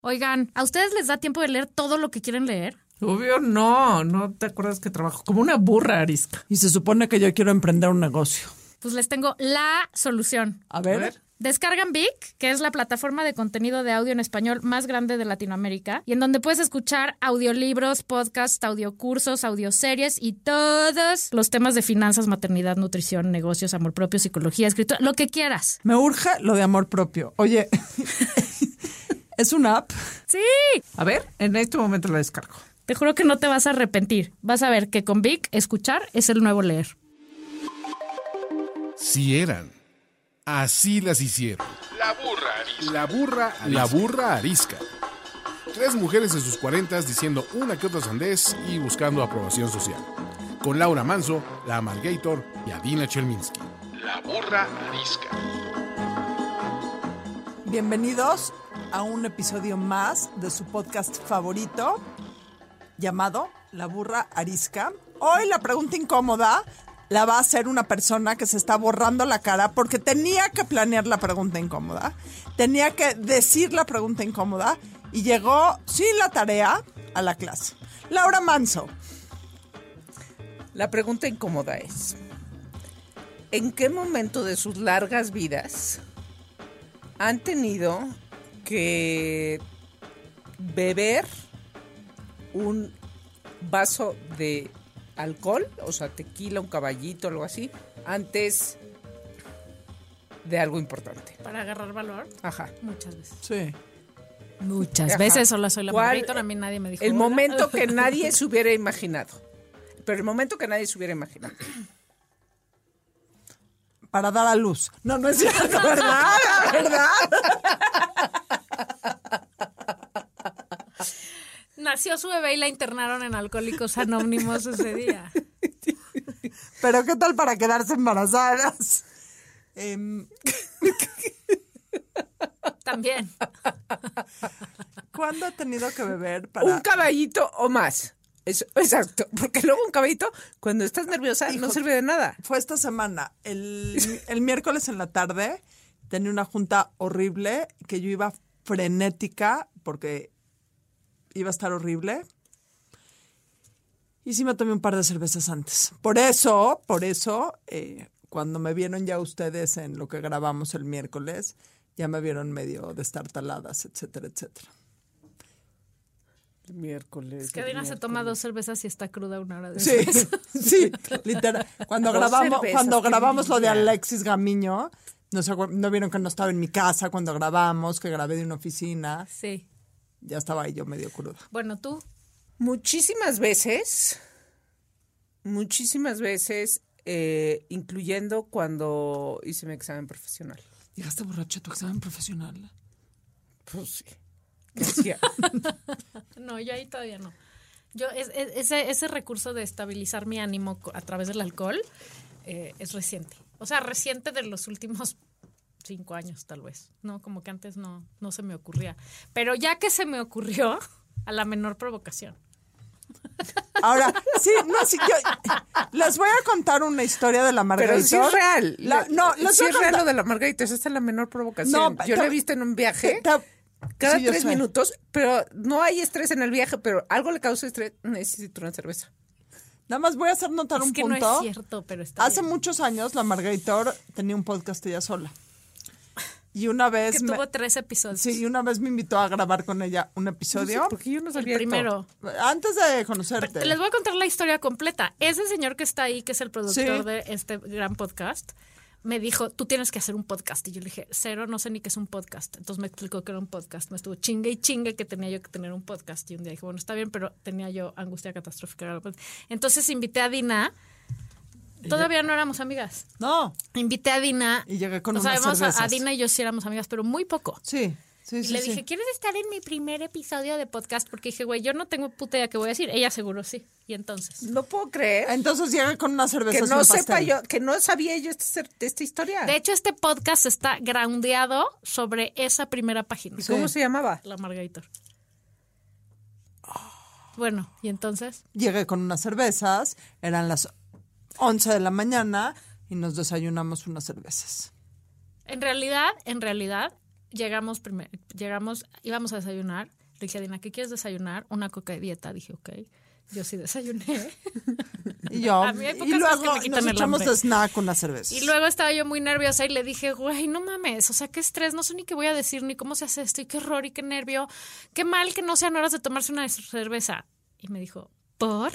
Oigan, ¿a ustedes les da tiempo de leer todo lo que quieren leer? Obvio, no, no te acuerdas que trabajo como una burra arisca. Y se supone que yo quiero emprender un negocio. Pues les tengo la solución. A ver. Descargan Vic, que es la plataforma de contenido de audio en español más grande de Latinoamérica, y en donde puedes escuchar audiolibros, podcasts, audiocursos, audioseries y todos los temas de finanzas, maternidad, nutrición, negocios, amor propio, psicología, escritura, lo que quieras. Me urge lo de amor propio. Oye, es una app. Sí, A ver, en este momento la descargo. te juro que no te vas a arrepentir. Vas a ver que con Vic escuchar es el nuevo leer. Si eran. Así las hicieron. La burra arisca. La burra, la burra arisca. Tres mujeres en sus cuarentas diciendo una que otra sandez y buscando aprobación social. Con Laura Manso, la Amalgator y Adina Chelminsky. La burra arisca. Bienvenidos a un episodio más de su podcast favorito llamado La burra arisca. Hoy la pregunta incómoda la va a hacer una persona que se está borrando la cara porque tenía que planear la pregunta incómoda, tenía que decir la pregunta incómoda y llegó sin la tarea a la clase. Laura Manso, La pregunta incómoda es, ¿en qué momento de sus largas vidas han tenido que beber un vaso de alcohol, o sea, tequila, un caballito, algo así, antes de algo importante? Para agarrar valor, Ajá. muchas veces. sí. Muchas Ajá. veces solo soy la ¿Cuál- burrita, a mí nadie me dijo. El "Hola". momento que nadie se hubiera imaginado. Pero el momento que nadie se hubiera imaginado. Para dar a luz. No, no es cierto, ¿verdad? ¿Verdad? Nació su bebé y la internaron en Alcohólicos Anónimos ese día. Pero ¿qué tal para quedarse embarazadas? Em, También. ¿Cuándo ha tenido que beber para...? Un caballito o más. Eso, exacto. Porque luego un caballito, cuando estás nerviosa, no sirve de nada. Fue esta semana, el, el miércoles en la tarde, tenía una junta horrible que yo iba frenética porque iba a estar horrible. Y sí me tomé un par de cervezas antes. Por eso, por eso, eh, cuando me vieron ya ustedes en lo que grabamos el miércoles, ya me vieron medio destartaladas, etcétera, etcétera. Miércoles. Es que Adina se toma dos cervezas y está cruda una hora Sí, después. sí, literal. Cuando Dos grabamos, cervezas, cuando qué grabamos lo de envidia. Alexis Gamiño, no, se acuer- no vieron que no estaba en mi casa cuando grabamos, que grabé de una oficina, Sí. ya estaba ahí yo medio cruda. Bueno, tú. Muchísimas veces, muchísimas veces, eh, incluyendo cuando hice mi examen profesional. ¿Llegaste borracho a tu examen profesional? Pues sí. ¿Qué hacía? No, yo ahí todavía no. Yo, es- es- ese, ese recurso de estabilizar mi ánimo co- a través del alcohol eh, es reciente. O sea, reciente de los últimos cinco años, tal vez. No, como que antes no, no se me ocurría. Pero ya que se me ocurrió, a la menor provocación. Ahora, sí, no, sí, yo les voy a contar una historia de la Margarita. Pero sí es real. La- no, no, les sí voy a es real contar- lo de la margarita. Esa es la menor provocación. No, Yo te- la he visto en un viaje. Te- te- ¿eh? Cada sí, yo tres sé. minutos, pero no hay estrés en el viaje, pero algo le causa estrés. Necesito una cerveza. Nada más voy a hacer notar Es un que punto. no es cierto, pero está Hace bien. muchos años la Margarita tenía un podcast ella sola. Y una vez Que me- tuvo tres episodios. Sí, y una vez me invitó a grabar con ella un episodio. Porque yo no El sabía esto. primero. Antes de conocerte. Te les voy a contar la historia completa. Ese señor que está ahí, que es el productor Sí. de este gran podcast, me dijo, tú tienes que hacer un podcast. Y yo le dije, cero, no sé ni qué es un podcast. Entonces me explicó que era un podcast. Me estuvo chingue y chingue que tenía yo que tener un podcast. Y un día dije, bueno, está bien, pero tenía yo angustia catastrófica. Entonces invité a Dina. Todavía no éramos amigas. No. Invité a Dina. Y llegué con o sea, unas vamos a- a cervezas. Dina y yo sí éramos amigas, pero muy poco. Sí, sí, Y sí. le sí. dije, ¿quieres estar en mi primer episodio de podcast? Porque dije, güey, yo no tengo puta idea qué voy a decir. Ella seguro sí. Y entonces. No puedo creer Entonces llegué con unas cervezas. que y no un sepa pastel. yo, que no sabía yo esta, cer- esta historia. Ah. De hecho, este podcast está groundeado sobre esa primera página. ¿Y cómo se llamaba? La Margaritor. Bueno, y entonces. Llegué con unas cervezas, eran las 11 de la mañana y nos desayunamos unas cervezas. En realidad, en realidad, llegamos, primer- llegamos, íbamos a desayunar. Le dije a Dina, ¿qué quieres desayunar? Una coca de dieta. Dije, ok. Yo sí desayuné. Y yo, A mí hay pocas y cosas que luego me quitan nos el echamos hambre. de snack con la cerveza. Y luego estaba yo muy nerviosa y le dije, güey, no mames, o sea, qué estrés, no sé ni qué voy a decir, ni cómo se hace esto, y qué horror, y qué nervio, qué mal que no sean horas de tomarse una cerveza. Y me dijo, ¿por?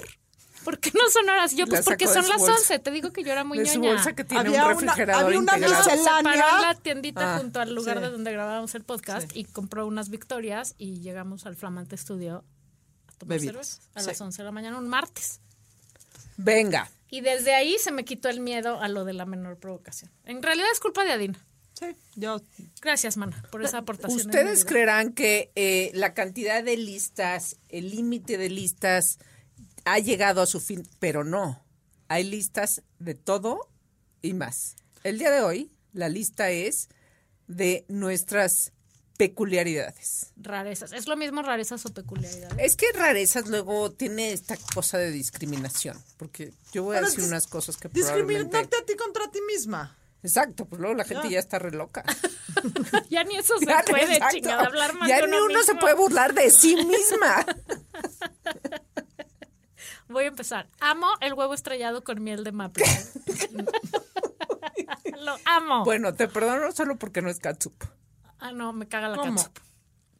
¿Por qué no son horas? Y yo, La pues porque sacó de son su las bolsa. 11, te digo que yo era muy de su ñoña. bolsa que tiene Había un una- refrigerador había una integrado. miscelánea. Se paró en la tiendita Ah, junto al lugar sí. de donde grabábamos el podcast y compró unas victorias y llegamos al flamante estudio a tomar Bebidas. cerveza a Sí. las 11 de la mañana un martes. Venga. Y desde ahí se me quitó el miedo a lo de la menor provocación. En realidad es culpa de Adina. Sí, yo. Gracias, mana, por esa aportación. en ¿Ustedes mi vida. creerán que eh, la cantidad de listas, el límite de listas, ha llegado a su fin? Pero no. Hay listas de todo y más. El día de hoy, la lista es de nuestras peculiaridades. Rarezas. Es lo mismo rarezas o peculiaridades. Es que rarezas luego tiene esta cosa de discriminación, porque yo voy a Pero decir dis- unas cosas que Discriminarte probablemente... a ti contra ti misma. Exacto, pues luego la gente Ya. ya está re loca. ya ni eso se Ya, Ah. puede, exacto. chingada, hablar más Ya de ni uno uno se mismo. puede burlar de sí misma. Voy a empezar. Amo el huevo estrellado con miel de maple. lo amo. Bueno, te perdono solo porque no es catsup. Ah, no, me caga la ¿Cómo? catsup.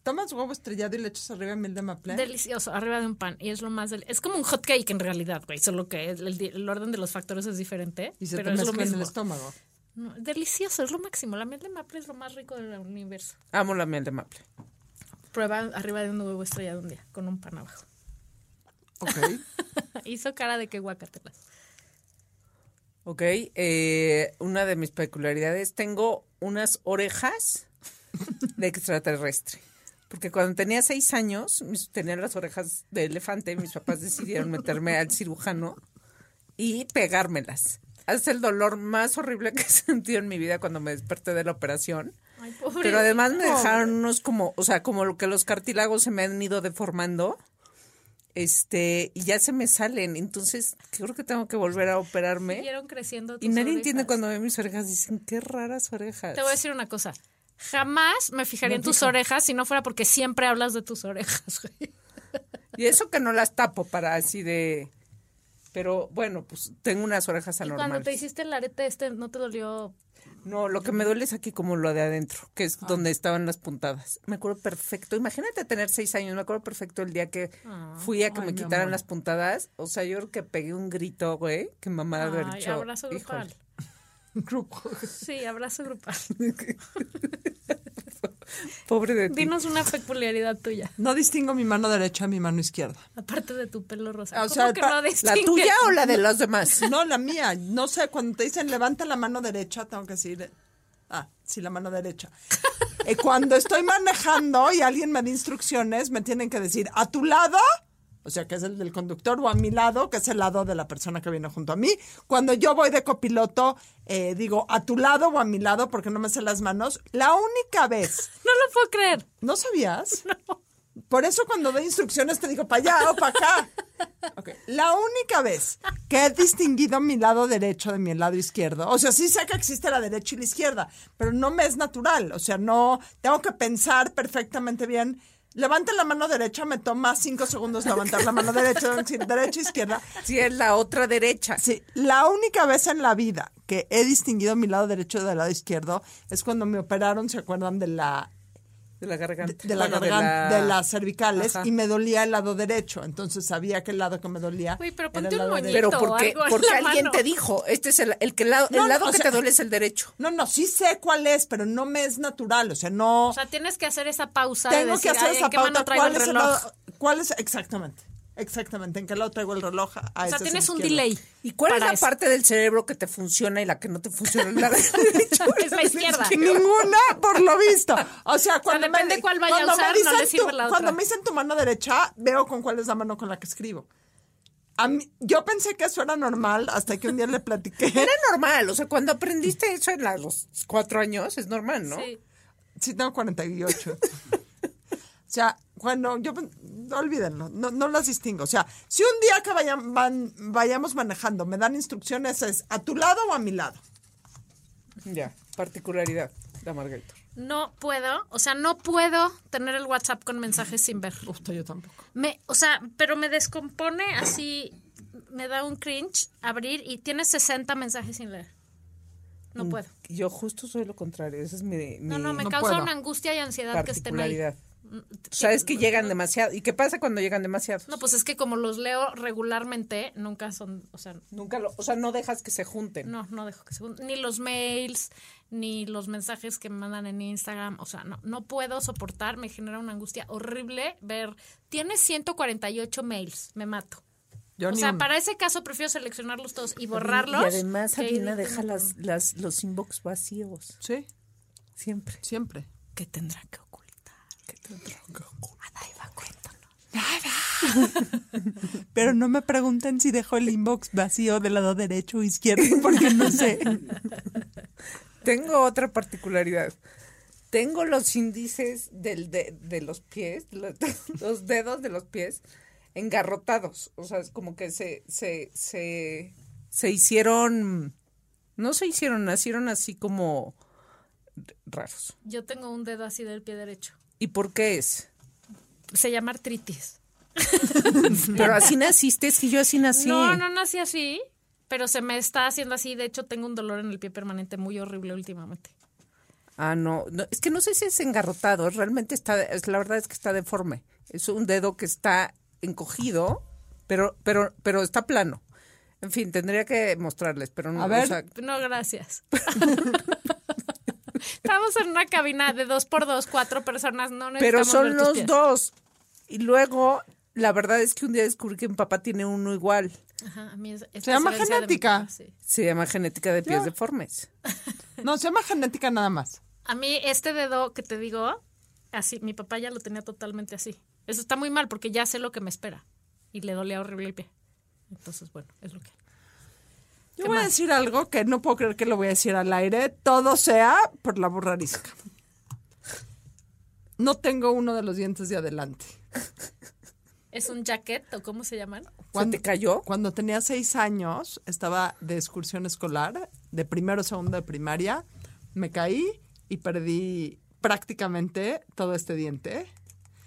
Tomas huevo estrellado y le echas arriba miel de maple. Delicioso, arriba de un pan. Y es lo más del- Es como un hot cake en realidad, güey. Solo que el, di- el orden de los factores es diferente. y se pero te es lo mezcla en el mismo. estómago. No, delicioso, es lo máximo. La miel de maple es lo más rico del universo. Amo la miel de maple. Prueba arriba de un huevo estrellado un día, con un pan abajo. Ok. Hizo cara de que guacatelas. Ok, eh, una de mis peculiaridades, tengo unas orejas de extraterrestre. Porque cuando tenía seis años, mis- tenía las orejas de elefante, mis papás decidieron meterme al cirujano y pegármelas. Es el dolor más horrible que he sentido en mi vida cuando me desperté de la operación. Ay, pobre. Pero además me dejaron unos como, o sea, como lo que los cartílagos se me han ido deformando. Este, y ya se me salen. Entonces, creo que tengo que volver a operarme. Siguieron creciendo ¿eh? Y tus nadie entiende orejas. cuando ve mis orejas. Dicen, qué raras orejas. Te voy a decir una cosa. Jamás me fijaría en tus orejas si no fuera porque siempre hablas de tus orejas, güey. Y eso que no las tapo para así de. Pero bueno, pues tengo unas orejas Y cuando te anormales. hiciste el arete este, ¿no te dolió? No, lo que me duele es aquí como lo de adentro, que Ah. es donde estaban las puntadas. Me acuerdo perfecto. Imagínate tener seis años. Me acuerdo perfecto el día que Ah, fui a que me quitaran las puntadas. O sea, yo creo que pegué un grito, güey, que mamá de haber Ay, dicho. abrazo grupal. "Híjole". Grupo. Sí, abrazo grupal. Pobre de ti. Dinos una peculiaridad tuya, No distingo mi mano derecha a mi mano izquierda. aparte de tu pelo rosa. O ¿Cómo sea, que pa- no la Ah, ¿La distingues? tuya o la de los demás? No, la mía. No sé, cuando te dicen levanta la mano derecha, tengo que decir, ah, sí, la mano derecha. Eh, cuando estoy manejando y alguien me da instrucciones, me tienen que decir, a tu lado, o sea, que es el del conductor, o a mi lado, que es el lado de la persona que viene junto a mí. Cuando yo voy de copiloto, eh, digo, a tu lado o a mi lado, porque no me sé las manos. La única vez, No lo puedo creer. ¿no sabías? Por eso cuando doy instrucciones te digo, para allá o para acá. Ok, La única vez que he distinguido mi lado derecho de mi lado izquierdo, o sea, sí sé que existe la derecha y la izquierda, pero no me es natural, o sea, no, tengo que pensar perfectamente bien. Levante la mano derecha, me toma cinco segundos levantar la mano derecha, tengo que decir derecha, izquierda. Si es la otra derecha. Sí, la única vez en la vida que he distinguido mi lado derecho del lado izquierdo es cuando me operaron, ¿se acuerdan de la De la garganta. de la Bueno, garganta, de, la- las cervicales Ajá. y me dolía el lado derecho. Entonces sabía que el lado que me dolía. Güey, pero era ponte el un lado moñito. derecho. Pero Pito, porque, algo en porque la alguien mano. te dijo, este es el, el que lado, el No, no, lado o que sea- te duele es el derecho. No, no, sí sé cuál es, pero no me es natural. O sea, no. O sea, tienes que hacer esa pausa. de tengo que decir, hacer "Ay, ¿en esa qué mano pauta. traigo ¿Cuál el es el reloj?". lado? ¿Cuál es? Exactamente. Exactamente. ¿En qué lado traigo el reloj? O Ah, sea, ese es tienes el un izquierdo. delay. ¿Y cuál es para la eso. parte del cerebro que te funciona y la que no te funciona? La derecha. Es la izquierda. Ninguna, por lo visto. O sea, cuando depende me, cuál vaya a cuando me usar, no dicen le sirve tu- la otra. Cuando me dicen tu mano derecha, veo con cuál es la mano con la que escribo. A mí- yo pensé que eso era normal hasta que un día le platiqué. Era normal, o sea, cuando aprendiste eso en la- los cuatro años, es normal, ¿no? Sí. Sí, tengo 48. o sea, cuando yo... pen- No, olvídenlo, no, no las distingo. O sea, si un día que vayan- van- vayamos manejando me dan instrucciones es a tu lado o a mi lado. Ya, particularidad, la Margarita. no puedo, o sea, no puedo tener el WhatsApp con mensajes sin ver. Justo yo tampoco. Me, o sea, pero me descompone así, me da un cringe abrir y tiene 60 mensajes sin leer. Mm, No puedo. Yo justo soy lo contrario. Esa es mi, No, mi no, me no causa puedo. una angustia y ansiedad que Mm, estén ahí. particularidad. O sea, es que llegan demasiado. ¿Y qué pasa cuando llegan demasiado? No, pues es que como los leo regularmente, nunca son, o sea, Nunca lo, o sea, no dejas que se junten. no, no dejo que se... Ni los mails, ni los mensajes que me mandan en Instagram, o sea, no, no puedo soportar, me genera una angustia horrible ver, tiene 148 mails, me mato. Yo o ni sea, un- para ese caso prefiero seleccionarlos todos y Y borrarlos. además que Sabina ir- deja las, las, los inbox vacíos. Sí, Siempre. siempre. que tendrá que ocultar. Pero no me pregunten si dejo el inbox vacío del lado derecho o izquierdo, porque no sé. Tengo otra particularidad. Tengo los índices del de, de los pies, los, los dedos de los pies engarrotados. O sea, es como que se, se, se, se hicieron, no se hicieron, nacieron así como raros. Yo tengo un dedo así del pie derecho. ¿Y por qué es? Se llama artritis. Pero así naciste, es que yo así nací. No, no nací así, pero se me está haciendo así. De hecho, tengo un dolor en el pie permanente muy horrible últimamente. Ah, no, no, es que no sé si es engarrotado, realmente está, es, la verdad es que está deforme. Es un dedo que está encogido, pero, pero, pero está plano. En fin, tendría que mostrarles, pero no. A ver. No, gracias. Estamos en una cabina de dos por dos, cuatro personas, no pero necesitamos son ver tus los pies. dos. Y luego, la verdad es que un día descubrí que mi papá tiene uno igual. Ajá, a mí es- es Se llama herencia de mi genética. papá, sí. Se llama genética de pies Ya. deformes. No, se llama genética nada más. A mí este dedo que te digo, así, mi papá ya lo tenía totalmente así. Eso está muy mal porque ya sé lo que me espera. Y le dolía horrible el pie. Entonces, bueno, es lo que... Yo voy a decir algo que no puedo creer que lo voy a decir al aire, todo sea por la burra arisca. No tengo uno de los dientes de adelante. ¿Es un jacket o cómo se llaman? ¿Se te cayó? Cuando tenía seis años, estaba de excursión escolar, de primero, segundo de primaria, me caí y perdí prácticamente todo este diente.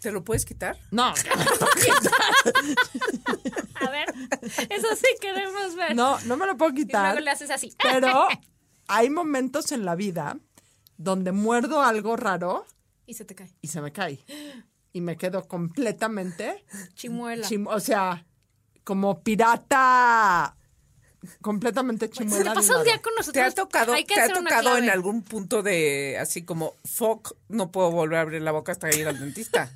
¿Te lo puedes quitar? No, A ver, eso sí queremos ver. no, no me lo puedo y luego quitar. le haces así. Pero hay momentos en la vida donde muerdo algo raro Y se te cae. y se me cae. Y me quedo completamente, Chimuela. chim- o sea, como pirata, completamente se chimuela. te de pasa un lado. día con nosotros. ¿Te ha tocado, Hay que te ha hacer una tocado en clave. algún punto de así como fuck, no puedo volver a abrir la boca hasta ir al dentista?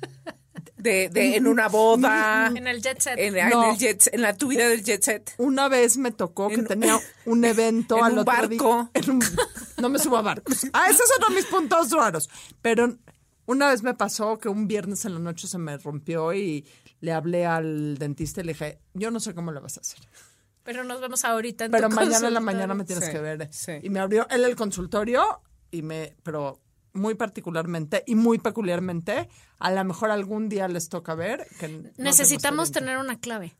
De, de en una boda, en, En el jet set. en No. el jet- en la tu vida del jet set. Una vez me tocó que En- tenía un evento en al un otro barco. día- en un- no me subo a barcos. Ah, esos son mis puntos raros. Pero una vez me pasó que un viernes en la noche se me rompió y le hablé al dentista y le dije, yo no sé cómo lo vas a hacer. Pero nos vemos ahorita. En Pero tu mañana en consultorio. la mañana me tienes Sí, que ver. sí. Y me abrió él el consultorio y me, pero muy particularmente y muy peculiarmente, a lo mejor algún día les toca ver. Que no tenemos Necesitamos talento. tener una clave.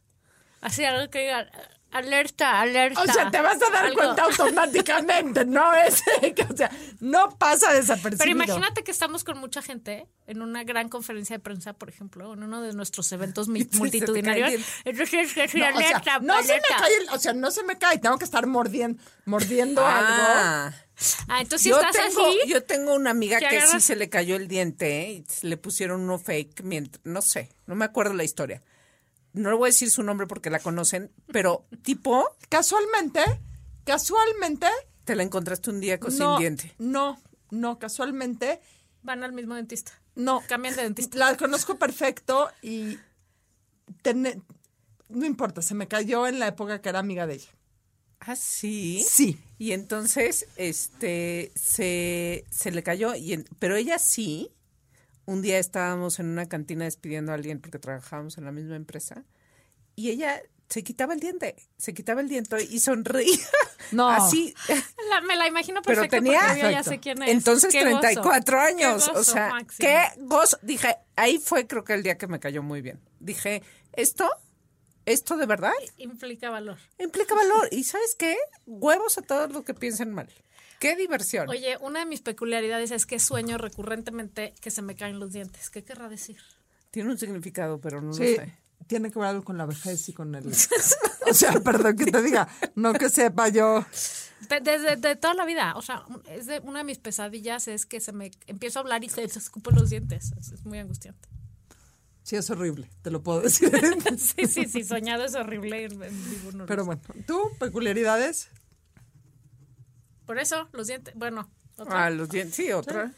Así algo que diga alerta, alerta. O sea, te vas a dar Algo. cuenta automáticamente, no es, o sea, no pasa desapercibido. Pero imagínate que estamos con mucha gente en una gran conferencia de prensa, por ejemplo, en uno de nuestros eventos mi- te cae multitudinarios. bien. Entonces, que decir, No, o sea, alerta, no se me alerta. cae, el- o sea, no se me cae, tengo que estar mordiendo, mordiendo algo. Ah, Ah, entonces si yo, estás tengo, así, yo tengo una amiga que que sí agarras- se le cayó el diente ¿eh? y se le pusieron uno fake, mientras, no sé, no me acuerdo la historia. No le voy a decir su nombre porque la conocen, pero tipo, Casualmente, casualmente, te la encontraste un día con no, sin diente. no, no, casualmente, van al mismo dentista. no. Cambian de dentista. La conozco perfecto y tene- no importa, se me cayó en la época que era amiga de ella. Ah, sí. Sí. Y entonces, este, se, se le cayó, y en- pero ella sí, un día estábamos en una cantina despidiendo a alguien porque trabajábamos en la misma empresa, y ella se quitaba el diente, se quitaba el diente y sonreía. No. Así, La- me la imagino pero perfecto tenía, porque yo ya sé quién es. entonces Qué gozo. 34 años, Qué o gozo, sea, Maxi. qué gozo. Dije, ahí fue creo que el día que me cayó muy bien. Dije, ¿esto? ¿Esto de verdad? Implica valor. Implica valor. ¿Y sabes qué? Huevos a todos los que piensen mal. ¡Qué diversión! Oye, una de mis peculiaridades es que sueño recurrentemente que se me caen los dientes. ¿Qué querrá decir? Tiene un significado, pero no Sí, lo sé. tiene que ver algo con la vejez y con el... O sea, perdón que te diga, no que sepa yo. De- Desde de toda la vida. O sea, un- es de- una de mis pesadillas es que se me empiezo a hablar y se, se escupen los dientes. Es, es muy angustiante. Sí, es horrible, te lo puedo decir. Sí, sí, sí, soñado es horrible. en- en vivo no lo Pero sé. bueno, ¿tú peculiaridades? Por eso, los dientes, bueno. otra. Ah, los dientes, sí, otra.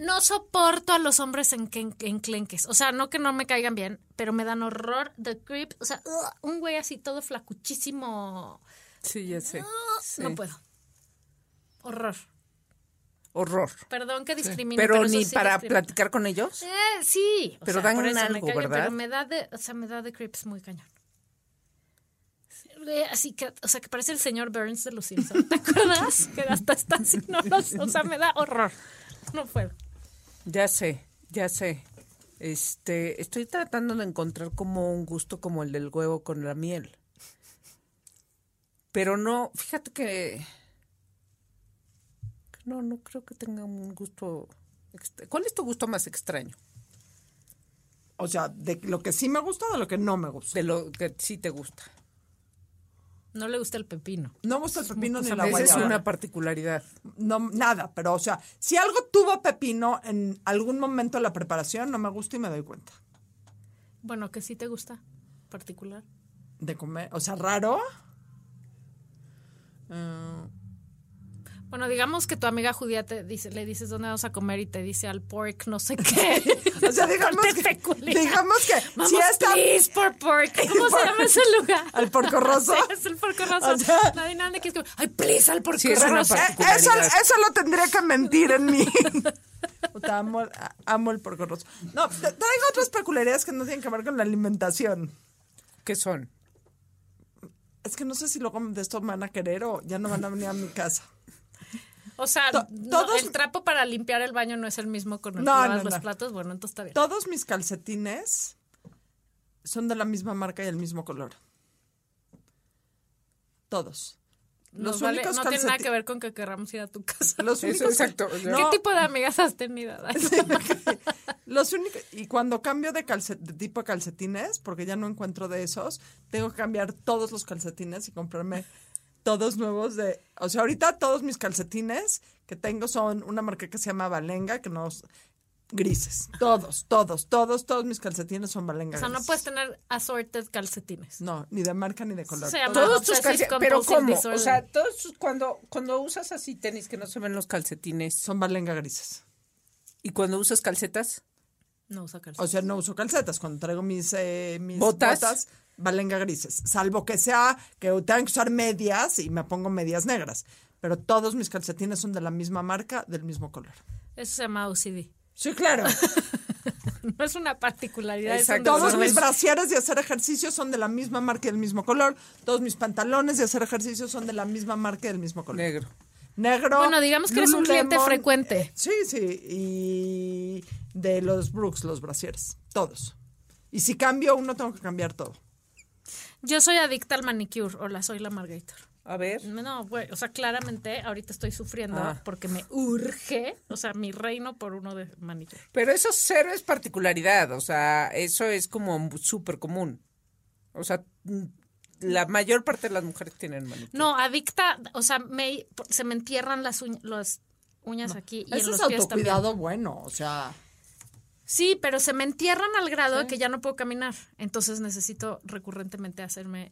No soporto a los hombres en, en, enclenques. O sea, no que no me caigan bien, pero me dan horror the creep. O sea, ugh, un güey así todo flacuchísimo. Sí, ya sé. Ugh, Sí. No puedo. Horror. Horror. Perdón que discrimine. Pero, eso ni sí para discrimina. platicar con ellos. Eh, sí. O Pero sea, dan por eso me algo, callo, ¿verdad? Pero me da de, o sea, me da de creeps muy cañón. Eh, Así que, o sea, que parece el señor Burns de los Simpsons. ¿Te acuerdas? Que hasta está así, no los- o sea, me da horror. No puedo. Ya sé, ya sé. Este, estoy tratando de encontrar como un gusto como el del huevo con la miel. Pero no, fíjate que que no, no creo que tenga un gusto. ext- ¿Cuál es tu gusto más extraño? O sea, de lo que sí me gusta o de lo que no me gusta. De lo que sí te gusta. No le gusta el pepino. No me gusta el pepino ni la Esa es guayaba. una particularidad. No, nada, pero o sea, si algo tuvo pepino en algún momento de la preparación, no me gusta y me doy cuenta. Bueno, que sí te gusta particular. De comer, o sea, raro. Eh, Bueno, digamos que tu amiga judía te dice, le dices dónde vamos a comer y te dice al pork no sé qué. o sea, digamos Te que, especula. digamos que Vamos, si esta please, por pork. ¿Cómo se llama ese lugar? al porco roso. Sí, es el porco rosa. O sea- Nadie anda que es como, ay, please, al porco Sí, es una rosa. parte. Eh, Eso, eso lo tendría que mentir en mí. Puta, amo, a- amo el porco roso. No, te- traigo otras peculiaridades que no tienen que ver con la alimentación. ¿Qué son? Es que no sé si luego de esto me van a querer o ya no van a venir a mi casa. O sea, To- no, todos- el trapo para limpiar el baño no es el mismo con el que No, lavas no, los no. platos. Bueno, entonces está bien. Todos mis calcetines son de la misma marca y el mismo color. Todos. Nos vale- no tiene nada calceti- que ver con que querramos ir a tu casa. Los Eso, únicos exacto. no, ¿Qué tipo de amigas has tenido? Los únicos y cuando cambio de, calce- de tipo de calcetines, porque ya no encuentro de esos, tengo que cambiar todos los calcetines y comprarme todos nuevos de, o sea, ahorita todos mis calcetines que tengo son una marca que se llama Valenga, que nos grises. Todos, todos, todos, todos mis calcetines son Valenga. o sea, no grises. puedes tener assorted calcetines. No, ni de marca ni de color. Se llama Todos tus obsessive calcetines, pero compulsive cómo, o disorder. sea, todos tus- cuando cuando usas así tenis que no se ven los calcetines Son Valenga grises. y cuando usas calcetas, no usa calcetines. O sea, no uso calcetas cuando traigo mis, eh, mis Botas. botas. Valenga grises, salvo que sea que tengan que usar medias y me pongo medias negras. Pero todos mis calcetines son de la misma marca, del mismo color. Eso se llama OCD. Sí, claro. No es una particularidad. es un Exacto. todos desorden. mis brasieres de hacer ejercicio son de la misma marca y del mismo color. Todos mis pantalones de hacer ejercicio son de la misma marca y del mismo color. negro. Negro. Bueno, digamos que eres un cliente Lululemon, frecuente. eh, Sí, sí. Y de los Brooks, los brasieres. Todos. Y si cambio uno, tengo que cambiar todo. Yo soy adicta al manicure. Hola, soy la Margator. A ver. No, güey, o sea, claramente ahorita estoy sufriendo Ah. porque me urge, o sea, mi reino por uno de manicure. Pero eso cero es particularidad, o sea, eso es como súper común. O sea, mm, la mayor parte de las mujeres tienen manicure. No, adicta, o sea, me, se me entierran las, uñ- las uñas aquí y en los pies también. bueno, o sea. Sí, pero se me entierran al grado de que ya no puedo caminar. Entonces necesito recurrentemente hacerme.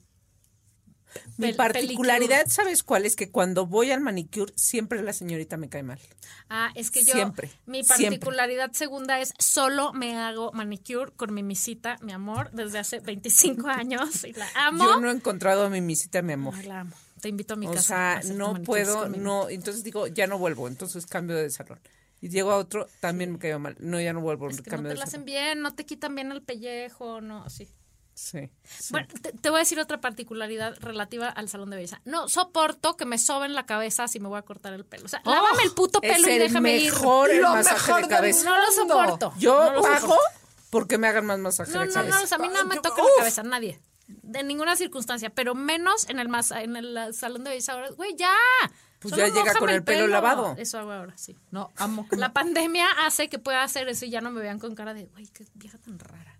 Mi pel- particularidad, ¿sabes cuál? Es que cuando voy al manicure, siempre la señorita me cae mal. pelicure. Ah, es que yo. Siempre, Mi siempre. particularidad segunda es solo me hago manicure con mi misita, mi amor, desde hace 25 años y la amo. Yo no he encontrado a mi misita, mi amor. Ay, la amo. Te invito a mi O casa. a sea, hacerte no manicures puedo, con mi- no. Entonces digo, ya no vuelvo, entonces cambio de salón. Y llego a otro, también me cayó mal. No, ya no vuelvo, Es que no cambio te de la salón. hacen bien, no te quitan bien el pellejo, no, sí. Sí, sí. Bueno, te, te voy a decir otra particularidad relativa al salón de belleza. No soporto que me soben la cabeza si me voy a cortar el pelo. O sea, lávame el puto Oh, es pelo y el déjame mejor ir. el masaje de del cabeza. No lo mundo. soporto. Yo no lo pago soporto. porque me hagan más masaje No, de no, cabeza. no, o sea, a mí nada me Yo- toca la uf. cabeza, nadie. De ninguna circunstancia, pero menos en el masa- en el eh, salón de belleza ahora. Güey, ya. Pues Solo ya llega con mójame el pelo lavado. Eso hago ahora, sí. No, amo. que- La pandemia hace que pueda hacer eso y ya no me vean con cara de, güey, qué vieja tan rara.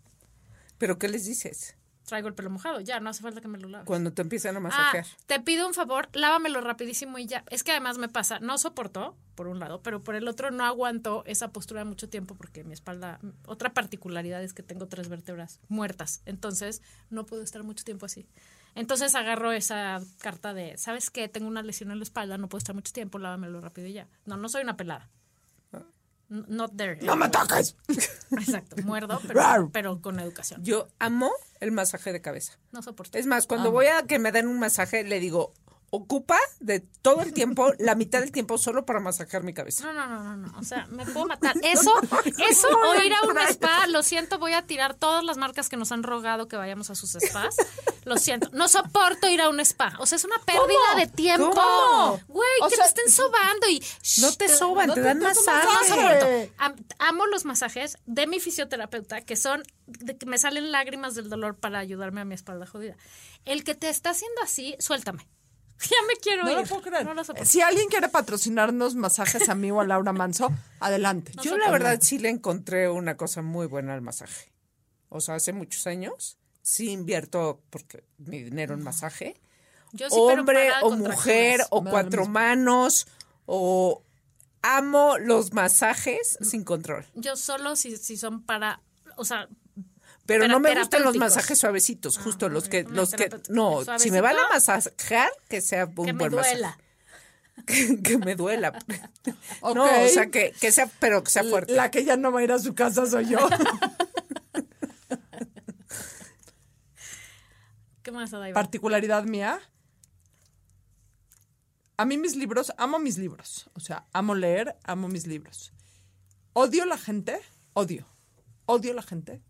¿Pero qué les dices Traigo el pelo mojado, ya, no hace falta que me lo lave. cuando te empiezan a Ah, masajear? te pido un favor, lávamelo rapidísimo y ya. Es que además me pasa, no soportó, por un lado, pero por el otro no aguanto esa postura mucho tiempo porque mi espalda, otra particularidad es que tengo tres vértebras muertas, entonces no puedo estar mucho tiempo así. Entonces agarro esa carta de, ¿sabes qué? Tengo una lesión en la espalda, no puedo estar mucho tiempo, lávamelo rápido y ya. No, no soy una pelada. N- Not there. ¡No me toques! Exacto, muerdo, pero, pero con educación. Yo amo el masaje de cabeza. No soporto. Es más, cuando voy a que me den un masaje, le digo, ocupa de todo el tiempo, la mitad del tiempo solo para masajear mi cabeza. No, no, no, no, no. O sea, me puedo matar. Eso, eso, o ir a un spa, lo siento, voy a tirar todas las marcas que nos han rogado que vayamos a sus spas. Lo siento. No soporto ir a un spa. O sea, es una pérdida de tiempo. ¿Cómo? Güey, O que sea, te estén sobando y. No te soban, te dan masaje. No soporto. Am- amo los masajes de mi fisioterapeuta, que son de que me salen lágrimas del dolor para ayudarme a mi espalda jodida. El que te está haciendo así, suéltame. Ya me quiero No ir. lo puedo creer. No lo soporto. Si alguien quiere patrocinarnos masajes a mí o a Laura Manso, adelante. Yo la verdad sí le encontré una cosa muy buena al masaje. O sea, hace muchos años sí invierto porque mi dinero en masaje. Yo sí, pero Hombre parada o con mujer tracciones. o Me da lo cuatro mismo. manos o amo los masajes Mm. sin control. Yo solo si, si son para, o sea, Pero Pero no me gustan los terapéuticos. Ah, masajes suavecitos, justo los que, no, los que, terapéutico. no, si me van a Suavecito. masajear, que sea un que me buen masaje. duela. que, que me duela. Ok. No, o sea, que, que sea, pero que sea fuerte. La que ya no va a ir a su casa soy yo. ¿Qué más, Adaiba? Particularidad mía. A mí mis libros, amo mis libros. O sea, amo leer, amo mis libros. Odio la gente, odio. Odio la gente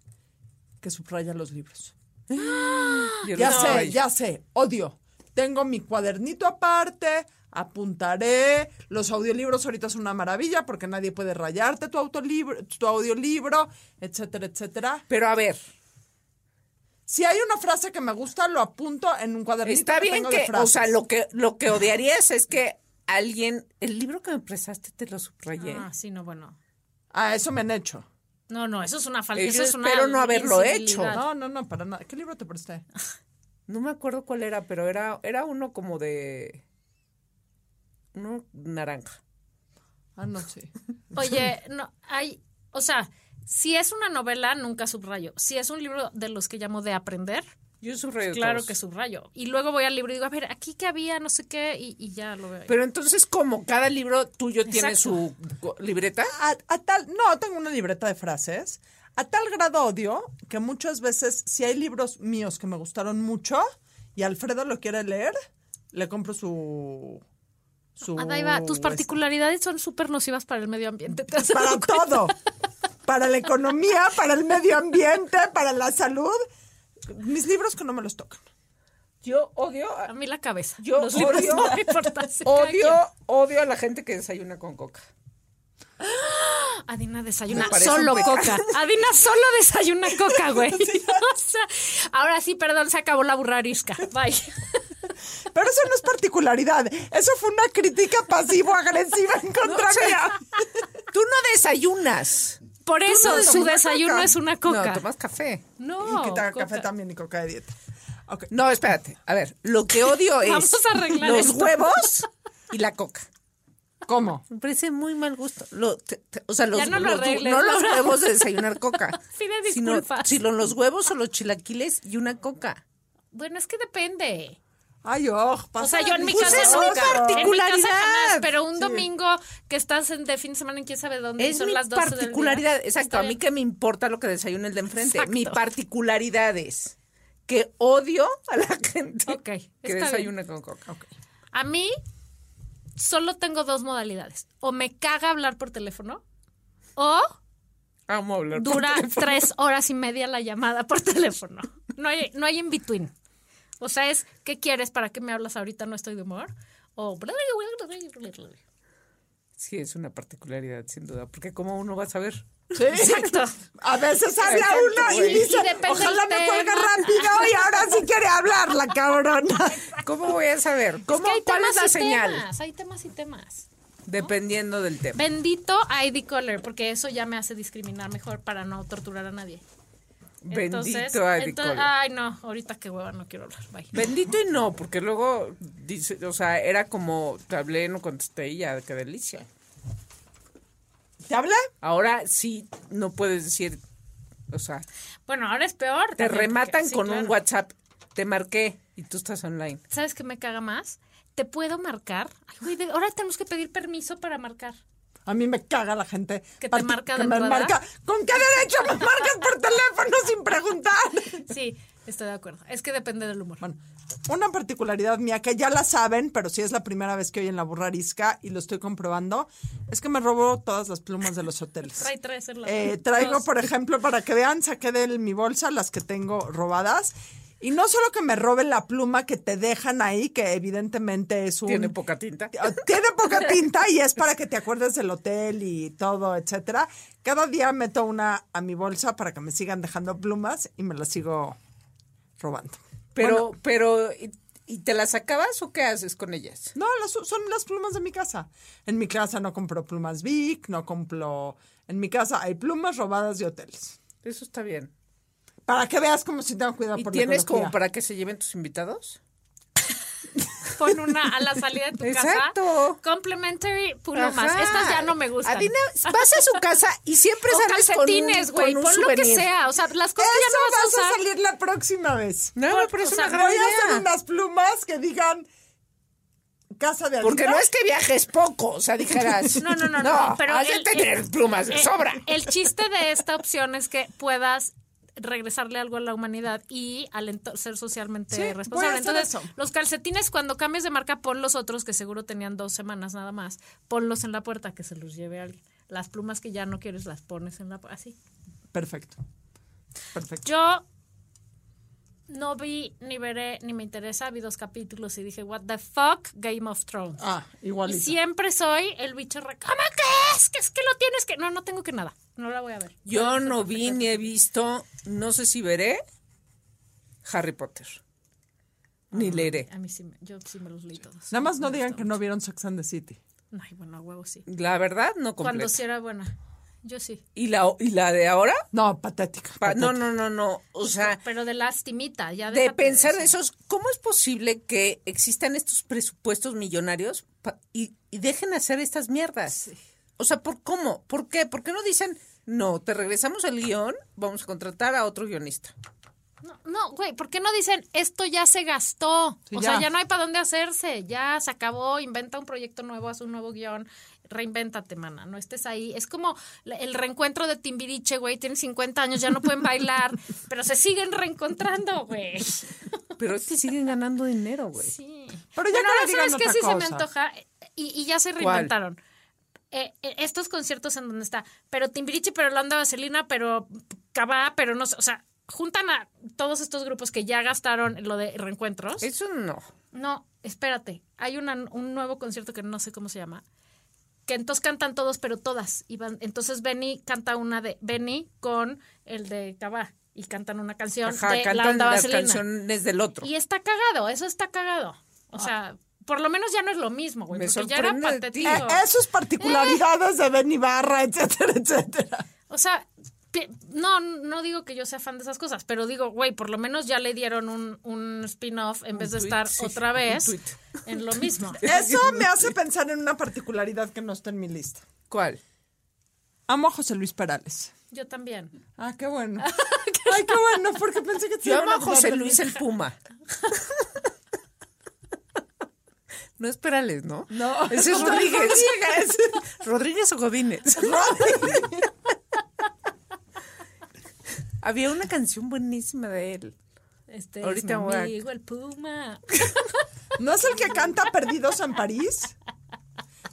que subraya los libros. Yo Ya no, sé, ay, ya sé, odio. Tengo mi cuadernito aparte, apuntaré. Los audiolibros ahorita es una maravilla porque nadie puede rayarte tu, autolibro, tu audiolibro, etcétera, etcétera. Pero a ver, Si hay una frase que me gusta, lo apunto en un cuadernito. está bien tengo de que, o frases. sea, lo que, lo que odiarías es que alguien, el libro que me prestaste te lo subrayé. Ah, sí, no, bueno. Ah, eso me han hecho. No, no, eso es una falta. Yo Eso es una espero no haberlo incivilidad. hecho. No, no, no, para nada. ¿Qué libro te presté? No me acuerdo cuál era, pero era, era uno como de, uno naranja. Ah, no, sí. Oye, no, hay, o sea, si es una novela, nunca subrayo. Si es un libro de los que llamo de aprender, Yo subrayé claro todos. que subrayo. Y luego voy al libro y digo, a ver, aquí que había, no sé qué, y, y ya lo veo. ahí. Pero entonces, como cada libro tuyo tiene Exacto. su co- libreta, A, a tal, no, tengo una libreta de frases. A tal grado odio que muchas veces, si hay libros míos que me gustaron mucho y Alfredo lo quiere leer, le compro su. su Ah, este, Adaiba, tus particularidades son súper nocivas para el medio ambiente. ¿te has dado Para cuenta? todo. Para la economía, para el medio ambiente, para la salud. Mis libros que no me los tocan. yo odio, a- A mí la cabeza. Yo Los libros odio- no me importan, se cae Ah, odio, quien. odio a la gente que desayuna con coca. Adina desayuna Me parece solo un pecado. coca. Adina solo desayuna coca, güey. O sea, ahora sí, perdón, se acabó la burra arisca. Bye. Pero eso no es particularidad. Eso fue una crítica pasivo-agresiva en contra No, o sea, mía. Tú no desayunas. Por eso no su tomas desayuno coca. es una coca. No, tomas café. No, y que te haga coca. café también y coca de dieta. Ok. No, espérate. A ver, lo que odio es Vamos a arreglar los esto. huevos y la coca. ¿Cómo? Me parece muy mal gusto. Lo- te- te- o sea, los, Ya no lo los- arregles, no los Laura. huevos de desayunar coca. Pide sino- disculpas. sino los huevos o los chilaquiles y una coca. Bueno, es que depende. Ay, oh, O sea, yo en mi Pues casa es mi nunca. En mi particularidad. casa jamás, pero un domingo que estás en- de fin de semana en quién sabe dónde y Es Mm, son mi las 12 del día. particularidad, exacto, Está a mí bien. que me importa lo que desayune el de enfrente. Exacto. Mi particularidad es que odio a la gente Ok, que está bien. desayuna con coca. A mí solo tengo dos modalidades. O me caga hablar por teléfono o Amo hablar por dura teléfono. tres horas y media la llamada por teléfono. No hay, no hay in between. O sea, es ¿qué quieres? ¿Para qué me hablas ahorita? No estoy de humor. O Sí, es una particularidad, sin duda, porque como uno va a saber. exacto. A veces habla Exacto, uno y güey. dice, Y depende ojalá del me cuelgue tema". rápido y ahora sí quiere hablar la cabrona. ¿Cómo voy a saber? Es ¿Cómo, que hay ¿Cuál temas es la y señal? temas, hay temas y temas. Dependiendo del tema. Bendito ID Color, porque eso ya me hace discriminar mejor para no torturar a nadie. Entonces, Bendito a ento- Ay, no, ahorita qué hueva, no quiero hablar. Bye. Bendito y no, porque luego dice, o sea, era como te hablé, no contesté y ya, qué delicia. ¿Te habla? Ahora sí no puedes decir, o sea, Bueno, ahora es peor. te también, porque- rematan sí, con un claro. WhatsApp, te marqué y tú estás online. ¿Sabes qué me caga más? ¿Te puedo marcar? Ay, güey, de- ahora tenemos que pedir permiso para marcar. A mí me caga la gente. Que te Pati, marca que de me entrada. marca. ¿Con qué derecho me marcas por teléfono sin preguntar? Sí, estoy de acuerdo. Es que depende del humor. Bueno, una particularidad mía que ya la saben, pero sí es la primera vez que oyen la burra arisca y lo estoy comprobando, es que me robo todas las plumas de los pues, hoteles. Trae tres en la- Eh, traigo, dos. por ejemplo, para que vean, saqué de mi bolsa las que tengo robadas. Y no solo que me roben la pluma que te dejan ahí, que evidentemente es un... Ah, Tiene poca tinta. Tiene poca pinta y es para que te acuerdes del hotel y todo, etcétera. Cada día meto una a mi bolsa para que me sigan dejando plumas y me las sigo robando. Pero, pero, ¿y, y te las acabas o qué haces con ellas? No, las- son las plumas de mi casa. En mi casa no compro plumas Vic, no compro... En mi casa hay plumas robadas de hoteles. Eso está bien. Para que veas como si tengo Ah, cuidado ¿Y por la tienes como ecología. para que se lleven tus invitados? Pon una a la salida de tu Exacto. casa. Complementary, puno más. Ajá. Estas ya no me gustan. Adina, vas a su casa y siempre O sales con un, calcetines, con güey. un Pon lo que souvenir. sea. O sea, las cosas que Eso ya no vas a usar. salir la próxima vez. No, Por- pero es o una sea, gran Voy a idea. hacer unas plumas que digan casa de Porque Alina. no es que viajes poco, o sea, dijeras. No, no, no, no, pero has el- de tener el- plumas de Eh, sobra. El chiste de esta opción es que puedas regresarle algo a la humanidad y alento- ser socialmente Sí, voy a responsable. hacer Entonces, eso. los calcetines cuando cambies de marca, pon los otros que seguro tenían dos semanas nada más, ponlos en la puerta que se los lleve alguien. Las plumas que ya no quieres las pones en la pu- así. Perfecto. Perfecto. Yo no vi ni veré ni me interesa, vi dos capítulos y dije, "What the fuck, Game of Thrones." Ah, y igualito. siempre soy el bicho re, ¿Cómo que es? Que es que lo tienes que no, no tengo que nada. No la voy a ver. Yo no vi ni he visto, no sé si veré Harry Potter. Ah. Ni leeré. A mí sí, me- yo sí me los leí todos. Nada más no digan que no vieron Sex and the City. Ay, bueno, a huevo sí. La verdad, no Cuando completa. sí era buena. Yo sí. ¿Y, la, ¿Y la de ahora? No, patética. Pa- no, patética. no, no, no. O sea, Pero de lastimita, ya de Ah, déjate pensar de esos, ¿cómo es posible que existan estos presupuestos millonarios pa- y, y dejen hacer estas mierdas? O sea, ¿por cómo? ¿Por qué? ¿Por qué no dicen, no, te regresamos el guión, vamos a contratar a otro guionista? No, no, güey, ¿por qué no dicen esto ya se gastó? Sí, o ya. sea, ya no hay para dónde hacerse. Ya se acabó, inventa un proyecto nuevo, haz un nuevo guión. Reinvéntate, mana, no estés ahí. Es como la- el reencuentro de Timbiriche, güey. Tienen 50 años, ya no pueden bailar, pero se siguen reencontrando, güey. Pero es que siguen ganando dinero, güey. Sí. Pero Bueno, ya que le ahora, digan ¿sabes qué otra sí se me cosa. antoja? Y, y ya se reinventaron. Eh, eh, estos conciertos en donde está, pero Timbiriche, pero Landa Vaselina, pero Cabá, pero no sé, o sea, juntan a todos estos grupos que ya gastaron lo de reencuentros. Eso no. No, espérate, hay una- un nuevo concierto que no sé cómo se llama, que entonces cantan todos, pero todas. Y van- entonces Benny canta una de Benny con el de Cabá y cantan una canción Ajá, de cantan Landa las Vaselina. canciones del otro. Y está cagado, eso está cagado. O sea, por lo menos ya no es lo mismo, güey. Ah. Me Porque ya era sorprende de ti. patético. Eh, Esas particularidades de Benny Barra, etcétera, etcétera. O sea, pi- no, no digo que yo sea fan de esas cosas, pero digo, güey, por lo menos ya le dieron un, un spin-off en vez de tweet, estar sí, otra un vez tweet. en lo mismo. Eso me hace pensar en una particularidad que no está en mi lista. ¿Cuál? Amo a José Luis Perales. Yo también. Ah, qué bueno. Ay, qué bueno, porque pensé que te Yo iban amo a hablar José de mí. Luis el Puma. No es Perales, ¿no? No. Ese es Rodríguez. Rodríguez o Godínez. Había una canción buenísima de él. Este Ahorita es mi voy a- amigo, el Puma. ¿No es el que canta Perdidos en París?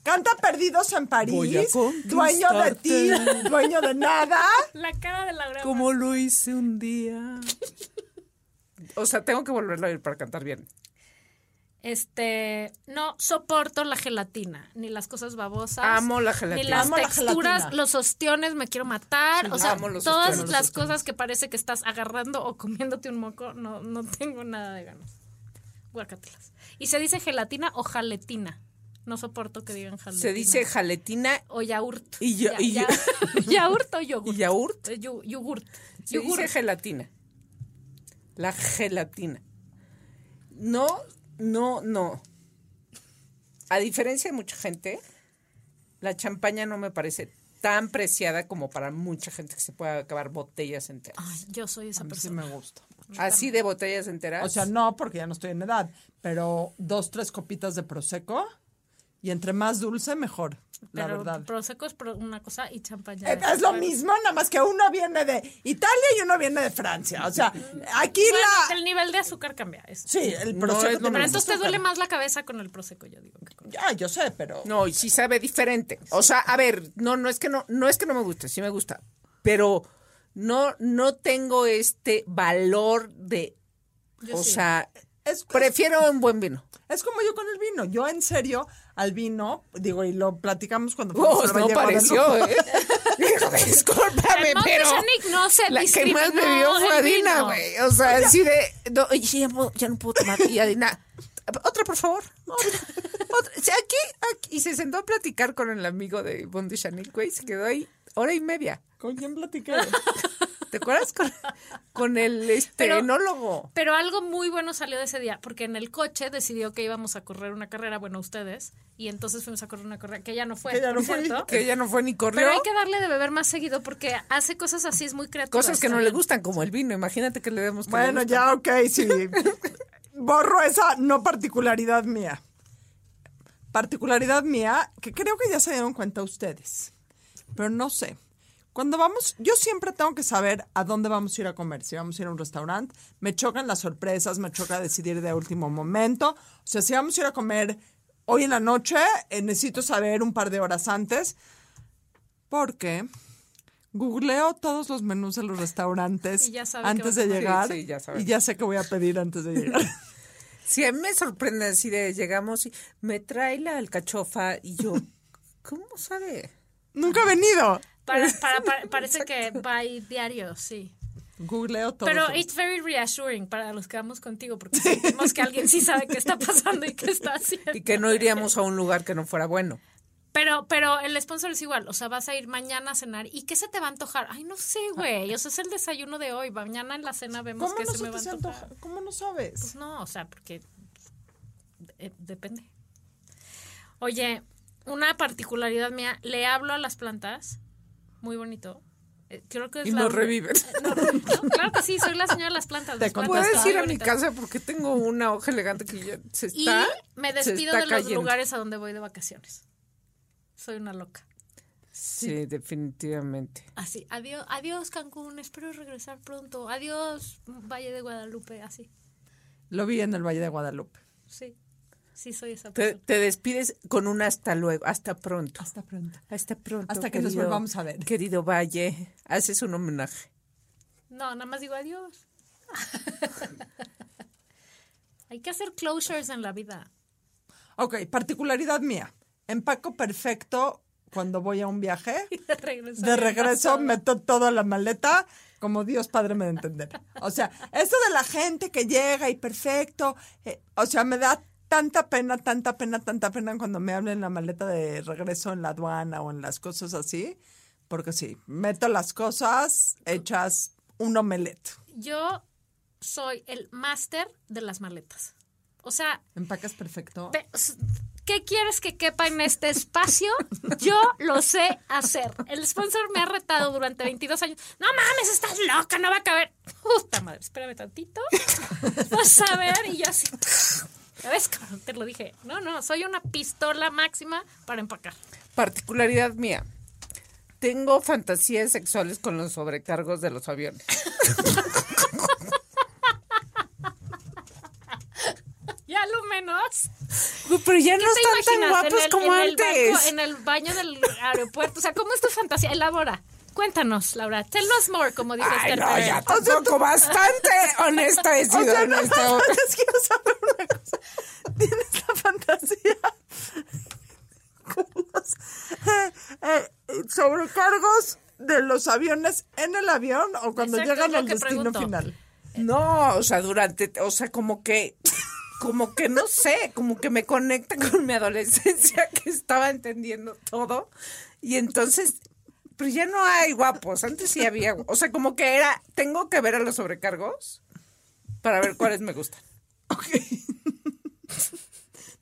Canta Perdidos en Voy a París, dueño de ti, dueño de nada. La cara de Laura. Como lo hice un día. O sea, tengo que volverlo a oír para cantar bien. Este, no soporto la gelatina, ni las cosas babosas. Amo la gelatina. Ni las Amo la texturas, gelatina. los ostiones, me quiero matar. o sea, amo los todas ostiones, los las cosas que parece que estás agarrando o comiéndote un moco, no, no tengo nada de ganas. Guácatelas. Y se dice gelatina o jaletina. No soporto que digan jaletina. Se dice jaletina o yaurt. Y yo- Ya- y yo- ya- yaurt o y yogurt. yaurt. Eh, yu- yogurt. Se Yogurt. dice gelatina. La gelatina. No, no, no. A diferencia de mucha gente, la champaña no me parece tan preciada como para mucha gente que se pueda acabar botellas Ah, enteras. Ay, yo soy esa A mí sí persona. me gusta. Así de botellas enteras. O sea, no, porque ya no estoy en edad, pero dos, tres copitas de prosecco y entre más dulce, mejor, la Pero verdad. prosecco es pro- una cosa y champaña. Eh, Es lo mismo, nada más que uno viene de Italia y uno viene de Francia. O sea, aquí Bueno, la... el nivel de azúcar cambia. es- Sí, el No, prosecco... es lo Pero tiene entonces te azúcar. duele más la cabeza con el prosecco, yo digo. que con- Ya, yo sé, pero... No, y sí sabe diferente. O sea, a ver, no, no es que no, no es que no me guste, sí me gusta, pero no, no tengo este valor de, Yo o sí. sea, Es- prefiero un buen vino. Es como yo con el vino. Yo, en serio, al vino, digo, y lo platicamos cuando Oh, fuimos al no Valle de pareció, Guadalupe. ¿eh? Digo, Discúlpame, El Monte pero Sonic no se la que más discriminó bebió el fue Adina, vino. güey. O sea, así de, no, oye, ya, mo- ya no puedo tomar. Y Adina, otra, por favor. Otra, otra. O sea, aquí, aquí. Y se sentó a platicar con el amigo de Bondi Chanel, güey, y se quedó ahí hora y media. ¿Con quién platiqué? ¿Te acuerdas con, con el este, Pero- enólogo? Pero algo muy bueno salió de ese día, porque en el coche decidió que íbamos a correr una carrera, bueno, ustedes, y entonces fuimos a correr una carrera, que ya no fue, Que ya no por fue. cierto. Que ella no fue ni corrió. Pero hay que darle de beber más seguido porque hace cosas así, es muy creativa. Cosas que no le gustan, como el vino. Imagínate que le demos que le bueno, gusta. ya, ok, sí. Borro esa no particularidad mía. Particularidad mía, que creo que ya se dieron cuenta ustedes. Pero no sé. Cuando vamos, yo siempre tengo que saber a dónde vamos a ir a comer. Si vamos a ir a un restaurante, me chocan las sorpresas, me choca decidir de último momento. O sea, si vamos a ir a comer hoy en la noche, eh, necesito saber un par de horas antes. Porque googleo todos los menús de los restaurantes Y ya sabe qué antes va a de comer. llegar. Sí, sí, ya sabe. y ya sé qué voy a pedir antes de llegar. Sí, a mí me sorprende así de llegamos y me trae la alcachofa y yo, ¿cómo sabe? Nunca he venido. Para, para- para- parece que va a ir diario, sí. Googleo todos. Pero los- it's very reassuring para los que vamos contigo, porque sentimos que alguien sí sabe qué está pasando y qué está haciendo. Y que no iríamos a un lugar que no fuera bueno. Pero, pero el sponsor es igual, o sea, vas a ir mañana a cenar. ¿Y qué se te va a antojar? Ay, no sé, güey. O sea, es el desayuno de hoy. Mañana en la cena vemos ¿Cómo qué no se se me va a te antojar. antoja? ¿Cómo no sabes? Pues no, o sea, porque eh, depende. Oye, una particularidad mía, le hablo a las plantas, muy bonito. Eh, creo que es Y la nos única- reviven. No, no, claro que sí, soy la señora de las plantas. Te las plantas Puedes están ir a muy mi bonitas. casa porque tengo una hoja elegante que ya se Y está. me se despido está de los cayendo. lugares a donde voy de vacaciones. Soy una loca. Sí, definitivamente. Así, adiós, adiós Cancún, espero regresar pronto. Adiós Valle de Guadalupe, así. Lo vi en el Valle de Guadalupe. Sí. Sí soy esa Te, persona. te despides con un hasta luego, hasta pronto. Hasta pronto. Hasta pronto. Hasta que nos querido- volvamos a ver. Querido Valle, haces un homenaje. No, nada más digo adiós. Hay que hacer closures en la vida. Ok, particularidad mía. Empaco perfecto cuando voy a un viaje. De regreso. De regreso meto todo a la maleta, como Dios Padre me de entender. O sea, esto de la gente que llega y perfecto, eh, o sea, me da tanta pena, tanta pena, tanta pena cuando me hablan en la maleta de regreso en la aduana o en las cosas así, porque sí, meto las cosas hechas un omelette. Yo soy el máster de las maletas. O sea, ¿Empacas perfecto? Pe- s- ¿Qué quieres que quepa en este espacio? Yo lo sé hacer. El sponsor me ha retado durante 22 años. No mames, estás loca, no va a caber. Puta madre, espérame tantito. Vas a ver y yo así. ¿Ya ves, cabrón? Te lo dije. No, no, soy una pistola máxima para empacar. Particularidad mía. Tengo fantasías sexuales con los sobrecargos de los aviones. Ya lo menos. Pues, Pero ya no ¿Qué te están imaginas tan en guapos el- como en el barco, antes. en el baño del aeropuerto. O sea, ¿cómo es tu fantasía? Elabora. Cuéntanos, Laura. Tell us more, como dice Ay, Esther no, Perel. ya tampoco bastante honesta he sido O sea, en no, esta hora. es que quiero saber una cosa. Tienes la fantasía con los eh, eh, sobrecargos de los aviones en el avión o cuando Exacto, es llegan lo al que destino pregunto. final. No, o sea, durante, o sea, como que como que no sé, como que me conecta con mi adolescencia que estaba entendiendo todo. Y entonces, pues ya no hay guapos, antes sí había, gu- o sea, como que era, tengo que ver a los sobrecargos para ver cuáles me gustan.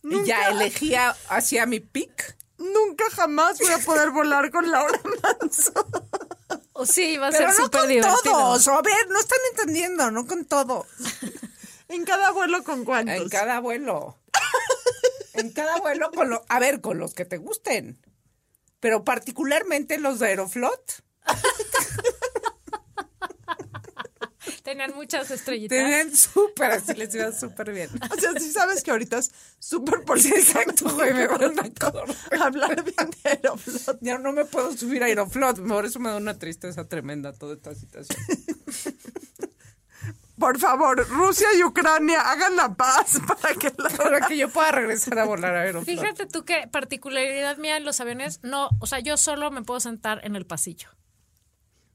Y ya elegía hacia mi pick. Nunca jamás voy a poder volar con Laura Manso. O sí, va a Pero ser no súper con divertido. Pues, todos. A ver, no están entendiendo, no con todo. En cada vuelo con cuántos. En cada vuelo. En cada vuelo con lo, a ver, con los que te gusten. Pero particularmente los de Aeroflot. Tenían muchas estrellitas. Tenían súper, así les iba súper bien. O sea, sí sabes que ahorita es súper políticamente Exacto, güey, me van a correr. hablar bien de Aeroflot. Ya no me puedo subir a Aeroflot, por eso me da una tristeza tremenda toda esta situación. Por favor, Rusia y Ucrania, hagan la paz para que Laura... Para que yo pueda regresar a volar a Aeroflot. Fíjate tú que particularidad mía en los aviones, no, o sea, yo solo me puedo sentar en el pasillo.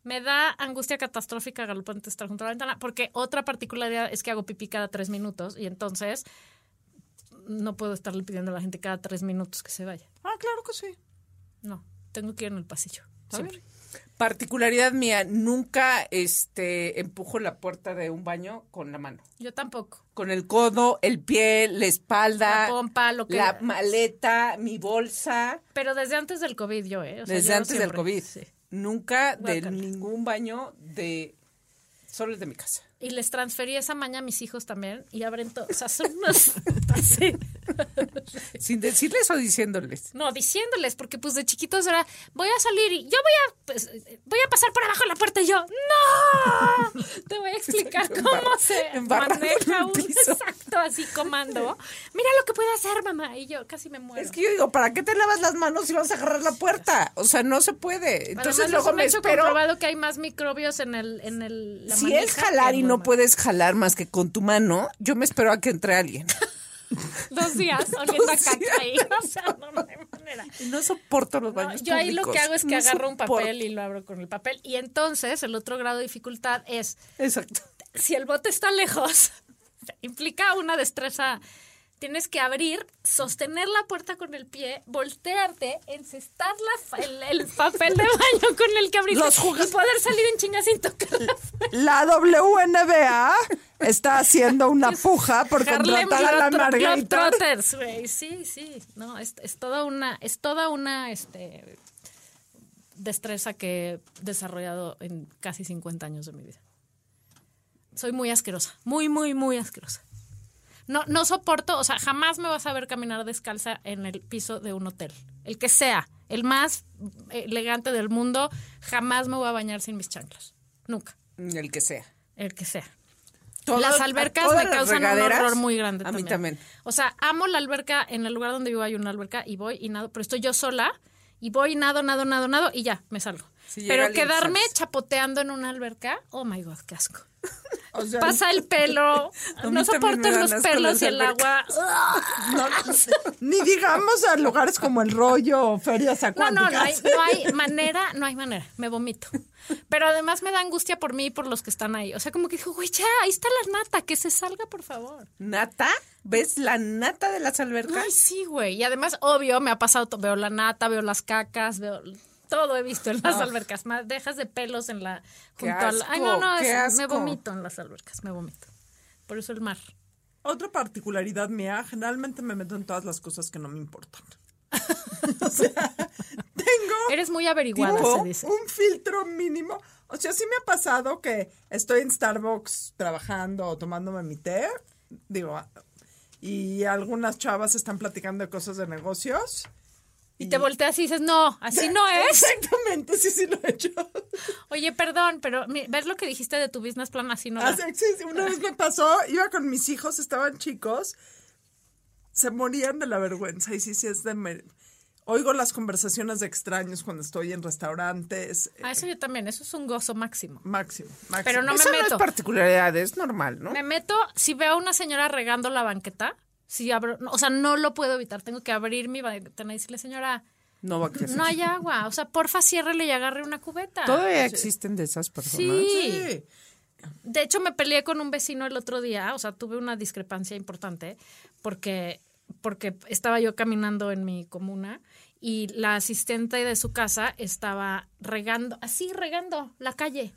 Me da angustia catastrófica galopante estar junto a la ventana, porque otra particularidad es que hago pipí cada tres minutos y entonces no puedo estarle pidiendo a la gente cada tres minutos que se vaya. Ah, claro que sí. No, tengo que ir en el pasillo. siempre. Particularidad mía, nunca este, empujo la puerta de un baño con la mano. Yo tampoco. Con el codo, el pie, la espalda, La pompa, lo que- la maleta, mi bolsa. Pero desde antes del COVID yo, ¿eh? O sea, desde yo antes del siempre. COVID. Sí. Nunca de Guácala. ningún baño de... Solo el de mi casa. Y les transferí esa maña a mis hijos también y abren todo. O sea, son unas... así. Sin decirles o diciéndoles. No, diciéndoles, porque pues de chiquitos era, voy a salir y yo voy a, pues, voy a pasar por abajo de la puerta y yo, no, te voy a explicar cómo se embarrado en el maneja un piso. exacto así comando. Mira lo que puedo hacer, mamá. Y yo casi me muero. Es que yo digo, ¿para qué te lavas las manos si vas a agarrar la puerta? O sea, no se puede. Además, Entonces es luego un me hecho espero... comprobado que hay más microbios en el, en el la Si manija es que jalar y en no la- puedes jalar más que con tu mano, yo me espero a que entre alguien. Dos días oliendo a Dos caca días. ahí. O sea, no, no hay manera. Y No soporto los No, baños yo ahí lo que públicos. hago es que No agarro un soporto. papel y lo abro con el papel. Y entonces el otro grado de dificultad es Exacto. si el bote está lejos, implica una destreza. Tienes que abrir, sostener la puerta con el pie, voltearte, encestar la fa- el, el papel de baño con el que abriste Los juguetes- y poder salir en chinga sin tocar la puerta. La WNBA está haciendo una puja por Harlem contratar a la Globetrot- Margarita. Globetrotters, güey. Sí, sí. No, es, es toda una, es toda una este, destreza que he desarrollado en casi 50 años de mi vida. Soy muy asquerosa, muy, muy, muy asquerosa. No, no soporto, o sea, jamás me vas a ver caminar descalza en el piso de un hotel, el que sea, el más elegante del mundo, jamás me voy a bañar sin mis chanclas, nunca, El que sea. el que sea. Todo- las albercas a todas me las causan un regaderas, horror muy grande. A mí también. O sea, amo la alberca, en el lugar donde vivo hay una alberca y voy y nado, pero estoy yo sola y voy y nado, nado, nado, nado y ya, me salgo. Si llega pero alguien, quedarme sales. chapoteando en una alberca, oh my god, qué asco. O sea, Pasa el pelo, A mí no también me soporto dan los asco pelos las y el agua. albercas. Oh no, ni digamos a lugares como el rollo o ferias No, no, acuáticas. no hay, no hay manera, no hay manera, me vomito. Pero además me da angustia por mí y por los que están ahí. O sea, como que dijo, güey, ya, ahí está la nata, que se salga, por favor. ¿Nata? ¿Ves la nata de las albercas? Ay, sí, güey. Y además, obvio, me ha pasado, to- veo la nata, veo las cacas, veo todo he visto en las albercas. Más dejas de pelos en la Qué junto a la- Ay, no, asco, no, qué es- me asco. vomito en las albercas, me vomito. Por eso el mar. Otra particularidad mía, generalmente me meto en todas las cosas que no me importan. o sea, tengo Eres muy averiguada, tipo, se dice. un filtro mínimo. O sea, sí me ha pasado que estoy en Starbucks trabajando o tomándome mi té, digo, ah, y algunas chavas están platicando de cosas de negocios. Y te volteas y dices, no, así no es. Exactamente, sí, sí lo he hecho. Oye, perdón, pero mi- ves lo que dijiste de tu business plan, así Ah, no. era. Así- Ah, sí, sí, una vez me pasó, iba con mis hijos, estaban chicos, se morían de la vergüenza. Y sí, sí, es de... me- Oigo las conversaciones de extraños cuando estoy en restaurantes. eh, Ah, eso yo también, eso es un gozo máximo. Máximo, máximo. Pero no me Eso no es meto. particularidad, es normal, ¿no? Me meto, si veo a una señora regando la banqueta, si abro, no, o sea, no lo puedo evitar, tengo que abrir mi banqueta y decirle, señora, No va a crecer. No hay agua. O sea, porfa, ciérrele y agarre una cubeta. Todavía existen de esas personas. Sí. Sí. De hecho, me peleé con un vecino el otro día, o sea, tuve una discrepancia importante porque, porque estaba yo caminando en mi comuna y la asistente de su casa estaba regando, así regando la calle.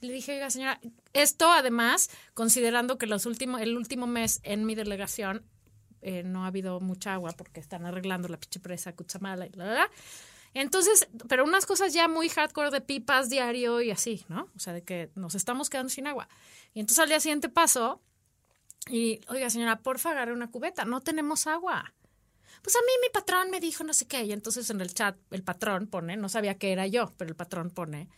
Le dije, oiga, señora, esto además, considerando que los últimos, el último mes en mi delegación eh, no ha habido mucha agua porque están arreglando la pinche presa Cuchamala y la, la, la. Entonces, pero unas cosas ya muy hardcore de pipas diario y así, ¿no? O sea, de que nos estamos quedando sin agua. Y entonces al día siguiente pasó y, oiga, señora, porfa, agarre una cubeta, no tenemos agua. Pues a mí mi patrón me dijo no sé qué. Y entonces en el chat el patrón pone, no sabía que era yo, pero el patrón pone,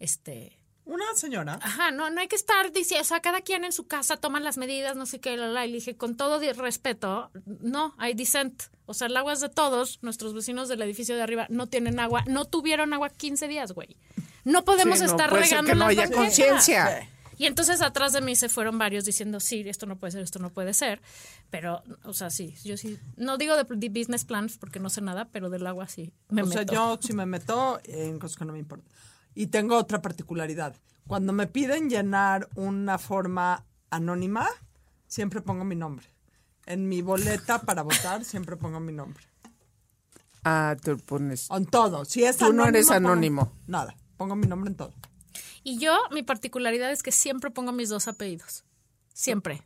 este, Una señora. Ajá, no, no hay que estar diciendo, o sea, cada quien en su casa toma las medidas, no sé qué, la, la, y le dije, con todo di- respeto, no, hay dissent. O sea, el agua es de todos, nuestros vecinos del edificio de arriba no tienen agua, no tuvieron agua 15 días, güey. No podemos Sí, no, estar puede ser regando que no las haya banquetas. conciencia. Y entonces atrás de mí se fueron varios diciendo, sí, esto no puede ser, esto no puede ser. Pero, o sea, sí, yo sí, no digo de, de business plans porque no sé nada, pero del agua sí. Me o sea, meto. yo si me meto en cosas que no me importan. Y tengo otra particularidad. Cuando me piden llenar una forma anónima, siempre pongo mi nombre. En mi boleta para votar siempre pongo mi nombre. Ah, tú pones. En todo. Si es Tú no eres pongo- anónimo. nada. Pongo mi nombre en todo. Y yo, mi particularidad es que siempre pongo mis dos apellidos. Siempre.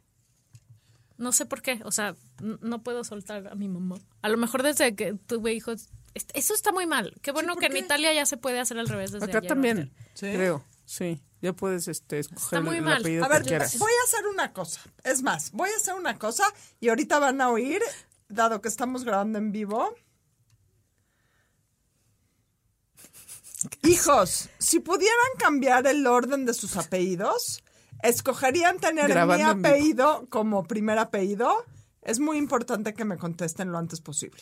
No sé por qué. O sea, n- no puedo soltar a mi mamá. A lo mejor desde que tuve hijos. est- Eso está muy mal. Qué bueno ¿por que en qué? Italia ya se puede hacer al revés desde Acá ayer o también, antier. Sí. creo. Sí, ya puedes este, escoger muy el mal. apellido A que ver, quieras. voy a hacer una cosa. Es más, voy a hacer una cosa y ahorita van a oír, dado que estamos grabando en vivo. Hijos, si pudieran cambiar el orden de sus apellidos, escogerían tener mi Grabando en vivo. apellido como primer apellido. Es muy importante que me contesten lo antes posible.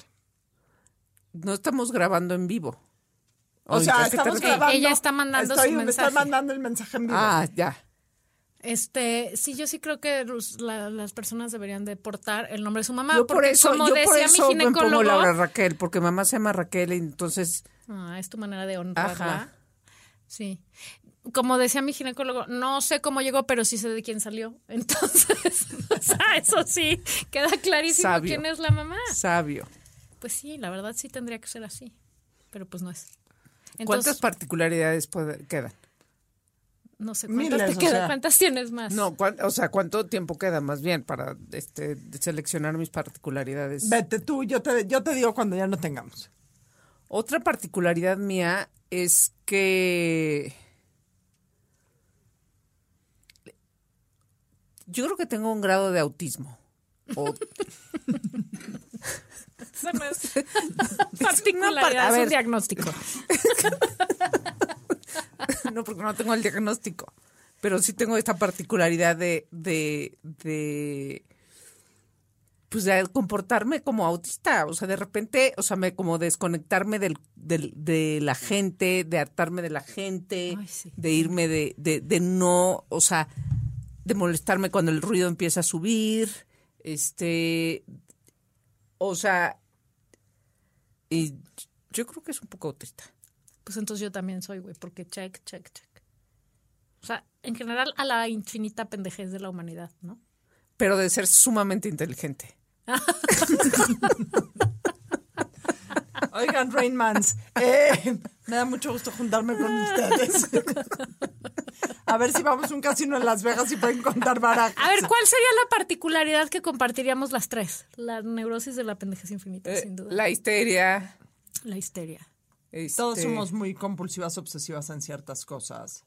No estamos grabando en vivo. O Oye, sea, ¿a qué te estamos refieres? grabando. Ella está mandando estoy, su me mensaje. Está mandando el mensaje en vivo. Ah, ya. Este, sí, yo sí creo que los- la- las personas deberían de portar el nombre de su mamá. yo por porque eso, como yo decía por eso mi me pongo ginecólogo. Laura Raquel, porque mamá se llama Raquel, y entonces Ah, es tu manera de honrarla. Ajá. Sí. Como decía mi ginecólogo, no sé cómo llegó, pero sí sé de quién salió. Entonces, o sea, eso sí, queda clarísimo Sabio. quién es la mamá. sabio. Pues sí, la verdad sí tendría que ser así, pero pues no es. ¿Cuántas Entonces, particularidades puede- quedan? no sé, ¿cuántas, Miles, te o quedan? sea. ¿Cuántas tienes más? No, cuán- o sea, ¿cuánto tiempo queda más bien para este, seleccionar mis particularidades? Vete tú, yo te, yo te digo cuando ya no tengamos. Otra particularidad mía es que yo creo que tengo un grado de autismo. O- Eso no es particularidad, a es un ver. diagnóstico. no, porque no tengo el diagnóstico. Pero sí tengo esta particularidad de, de, de, pues de comportarme como autista. O sea, de repente, o sea, me como desconectarme del, del- de la gente, de hartarme de la gente, Ay, sí. de irme de, de, de no, o sea, de molestarme cuando el ruido empieza a subir. Este, o sea, y yo creo que es un poco autista. Pues entonces yo también soy, güey, porque check, check, check. O sea, en general a la infinita pendejez de la humanidad, ¿no? pero de ser sumamente inteligente. Oigan, Rainmans, eh, me da mucho gusto juntarme con ustedes. A ver si vamos a un casino en Las Vegas y pueden contar barajas. A ver, ¿cuál sería la particularidad que compartiríamos las tres? La neurosis de la pendejez infinita, Eh, sin duda. La, la histeria. histeria. Todos este, somos muy compulsivas, obsesivas en ciertas cosas.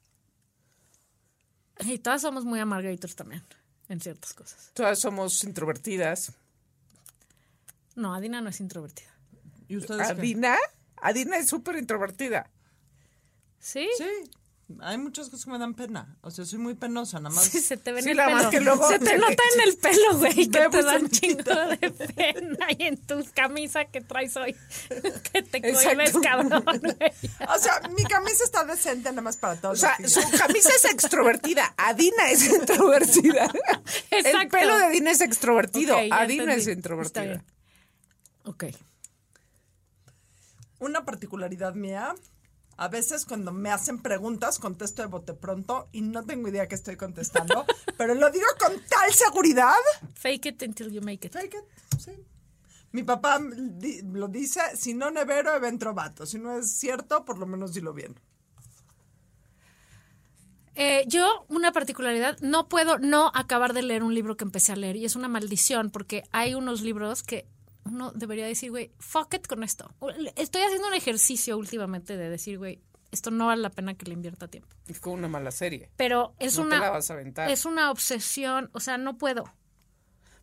Y todas somos muy amargaditos también, en ciertas cosas. Todas somos introvertidas. No, Adina no es introvertida. ¿Y Ah, ustedes qué? Adina, Adina es súper introvertida. ¿Sí? Sí, hay muchas cosas que me dan pena. O sea, soy muy penosa, nada más. Sí, se te ve Sí, en el nada más pelo. que luego- se te nota en el pelo, güey, que te Vemos da en un chingo de pena y en tu camisa que traes hoy. Que te Exacto. cohibes, cabrón, güey. O sea, mi camisa está decente nada más para todos. O sea, los su días. camisa es extrovertida. Adina es introvertida. El Exacto. pelo de Adina es extrovertido. Ok, ya Adina entendí. es Está introvertida. bien. Ok. Una particularidad mía A veces cuando me hacen preguntas contesto de bote pronto y no tengo idea que estoy contestando, pero lo digo con tal seguridad. Fake it until you make it. Fake it, sí. Mi papá di- lo dice, si no nevero, evento vato. Si no es cierto, por lo menos dilo bien. Eh, yo, una particularidad, no puedo no acabar de leer un libro que empecé a leer y es una maldición porque hay unos libros que uno debería decir, güey, fuck it con esto. Estoy haciendo un ejercicio últimamente de decir, güey, esto no vale la pena que le invierta tiempo. Es como una mala serie. Pero es No te una la vas a aventar. es una obsesión, o sea, no puedo.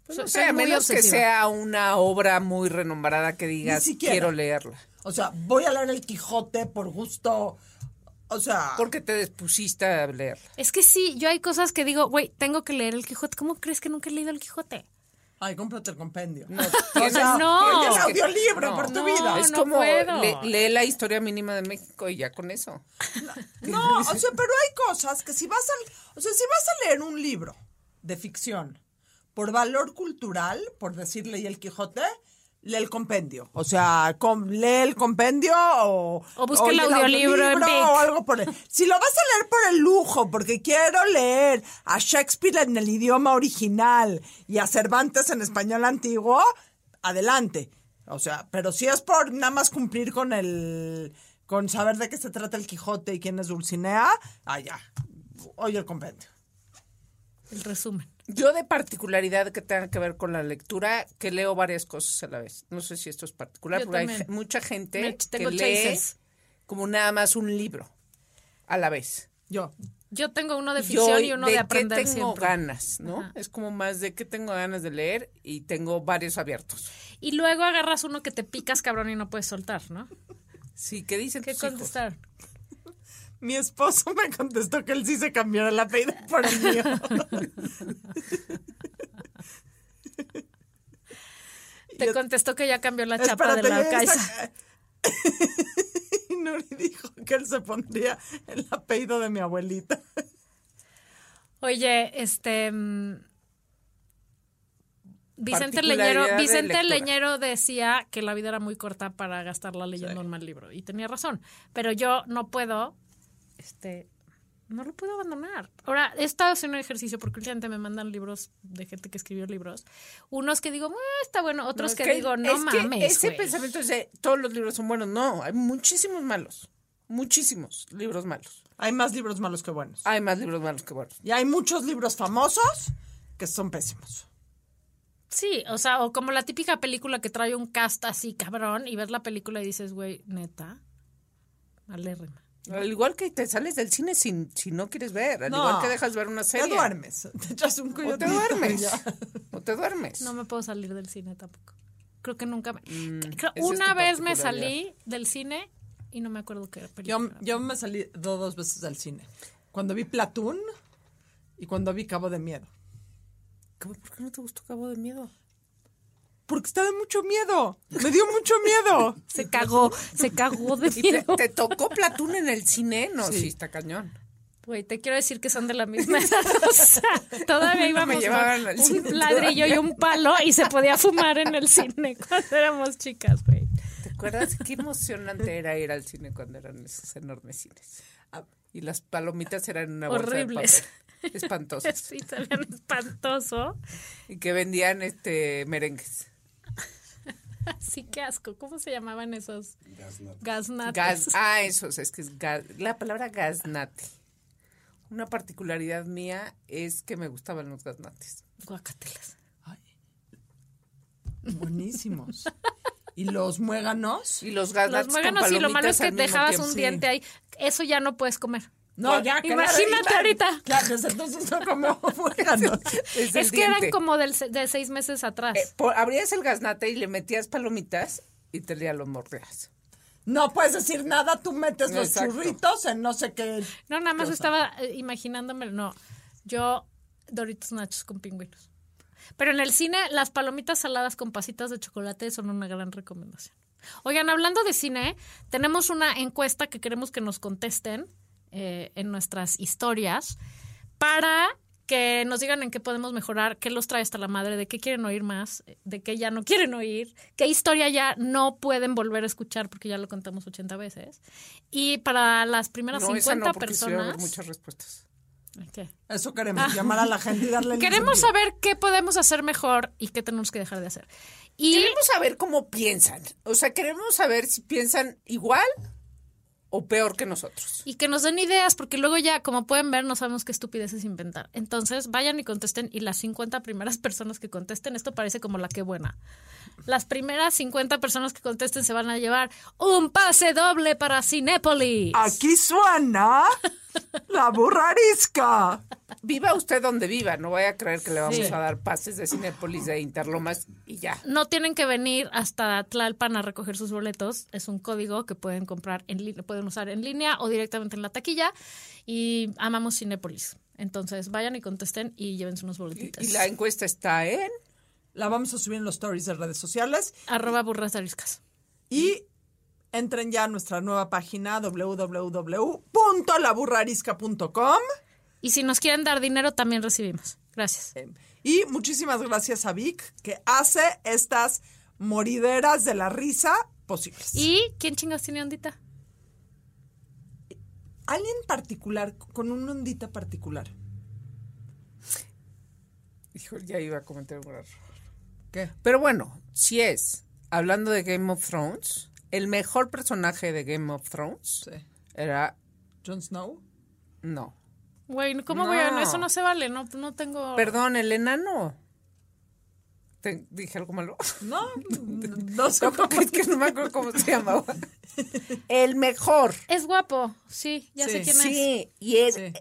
Pues So- no sé, soy a muy menos que obsesiva. sea una obra muy renombrada que digas, Ni siquiera. quiero leerla. O sea, voy a leer el Quijote por gusto. O sea, Porque te despusiste a leerla. Es que sí, yo hay cosas que digo, güey, tengo que leer el Quijote. ¿Cómo crees que nunca he leído el Quijote? ay, cómprate el compendio. No, O sea, no. el audiolibro por tu No. vida. es no como puedo. le- lee la historia mínima de México y ya con eso. No, o sea, pero hay cosas que si vas a, o sea, si vas a leer un libro de ficción por valor cultural, por decirle y el Quijote, lee el compendio. O sea, com- lee el compendio o O busca el lee audiolibro en Vic. o algo por el- Si lo vas a leer por el lujo, porque quiero leer a Shakespeare en el idioma original y a Cervantes en español antiguo, adelante. O sea, pero si es por nada más cumplir con el con saber de qué se trata el Quijote y quién es Dulcinea, allá. Oye el compendio. El resumen. Yo de particularidad que tenga que ver con la lectura, que leo varias cosas a la vez. No sé si esto es particular, Yo pero hay también. ge- mucha Me- gente que tengo lee chases. como nada más un libro a la vez. Yo. Yo tengo uno de ficción y uno de, aprender qué tengo siempre. ganas, ¿no? Ajá. Es como más de qué tengo ganas de leer y tengo varios abiertos. Y luego agarras uno que te picas, cabrón, y no puedes soltar, ¿no? Sí, ¿qué dicen ¿Qué tus hijos? contestar? Mi esposo me contestó que él sí se cambió el apellido por el mío. Te contestó que ya cambió la chapa Espérate, de la ya casa. está- Y Nuri dijo que él se pondría el apellido de mi abuelita. Oye, este mm, Vicente Leñero, Particularidad de Vicente lectura. Leñero decía que la vida era muy corta para gastarla leyendo un mal libro y tenía razón, pero yo no puedo este no lo puedo abandonar. Ahora, he estado haciendo un ejercicio porque últimamente me mandan libros de gente que escribió libros. Unos que digo, "Mua, está bueno, No, otros es que, digo, no es que mames. ese güey". pensamiento es de todos los libros son buenos. No, hay muchísimos malos. Muchísimos libros malos. Hay más libros malos que buenos. Hay más libros malos que buenos. Y hay muchos libros famosos que son pésimos. Sí, o sea, o como la típica película que trae un cast así, cabrón, y ves la película y dices, güey, neta, malérrima. Al igual que te sales del cine sin, si no quieres ver, al No. igual que dejas ver una serie. Te duermes. Te echas un O te coyotito y duermes. ya. o te duermes. No me puedo salir del cine tampoco. Creo que nunca me... creo- esa es una tu vez me particularidad. salí del cine y no me acuerdo qué era Yo, película. yo me salí do- dos veces del cine. Cuando vi Platoon y cuando vi Cabo de Miedo. ¿Cómo? ¿Por qué no te gustó Cabo de Miedo? Porque estaba mucho miedo. Me dio mucho miedo. Se cagó, se cagó de Y te, miedo. te tocó Platón en el cine, no, sí, Sí. está cañón. Güey, te quiero decir que son de la misma edad. O sea, todavía íbamos llevaban al con cine un ladrillo y un palo y se podía fumar en el cine cuando éramos chicas, güey. ¿Te acuerdas qué emocionante era ir al cine cuando eran esos enormes cines? Y las palomitas eran una bolsa de Horribles. papel. Espantosas. Sí, también espantoso. Y que vendían este merengues. Sí, qué asco. ¿Cómo se llamaban esos? Gasnates. Gas, ah, esos, es que es gas- la palabra gasnate. Una particularidad mía es que me gustaban los gasnates. Guacatelas. Buenísimos. Y los muéganos. Y los Los gasnates con muéganos y palomitas lo malo es que al mismo dejabas tiempo. un Sí. diente ahí. Eso ya no puedes comer. No, ya, claro, Imagínate claro. ahorita. Claro, desde entonces no como muéganos. Desde el es que eran diente. como del se- de seis meses atrás. Eh, po- abrías el gasnate y le metías palomitas y te ya lo mordías. No puedes decir nada, tú metes los Exacto. churritos en no sé qué. no, nada más estaba eh, imaginándome. No, yo Doritos Nachos con pingüinos. Pero en el cine, las palomitas saladas con pasitas de chocolate son una gran recomendación. Oigan, hablando de cine, tenemos una encuesta que queremos que nos contesten eh, en nuestras historias para que nos digan en qué podemos mejorar, qué los trae hasta la madre, de qué quieren oír más, de qué ya no quieren oír, qué historia ya no pueden volver a escuchar porque ya lo contamos 80 veces. Y para las primeras No, esa 50 no, porque sí va a haber personas... muchas respuestas. ¿Qué? Eso queremos, llamar a la gente y darle el Queremos incentivo. saber qué podemos hacer mejor y qué tenemos que dejar de hacer. Y Queremos saber cómo piensan. O sea, queremos saber si piensan igual o peor que nosotros. Y que nos den ideas, porque luego ya, como pueden ver, no sabemos qué estupideces inventar. Entonces, vayan y contesten. Y las 50 primeras personas que contesten, esto parece como la que buena. Las primeras 50 personas que contesten se van a llevar un pase doble para Cinépolis. Aquí suena la burra arisca. Viva usted donde viva, no vaya a creer que le vamos Sí. a dar pases de Cinépolis de Interlomas y ya. No tienen que venir hasta Tlalpan a recoger sus boletos. Es un código que pueden comprar en línea, pueden usar en línea o directamente en la taquilla. Y amamos Cinépolis. Entonces, vayan y contesten y llévense unos Y, boletitos. y la encuesta está en La vamos a subir en los stories de redes sociales Arroba burras ariscas. y entren ya a nuestra nueva página www.laburrarisca.com Y si nos quieren dar dinero, también recibimos. Gracias. y muchísimas gracias a Vic que hace estas morideras de la risa posibles. ¿Y quién chingados tiene ondita? alguien particular con una ondita particular. Hijo, ya iba a comentar un error. ¿Qué? Pero bueno, si es, hablando de Game of Thrones, el mejor personaje de Game of Thrones Sí. era. Jon Snow. No. Güey, ¿cómo No. voy a.? no, Eso no se vale, no, no tengo. Perdón, el enano. Te- ¿Dije algo malo? No, no sé. No, porque es que no me acuerdo cómo se llamaba. El mejor. Es guapo, sí, ya sé Sí. quién es. Sí, y es Sí.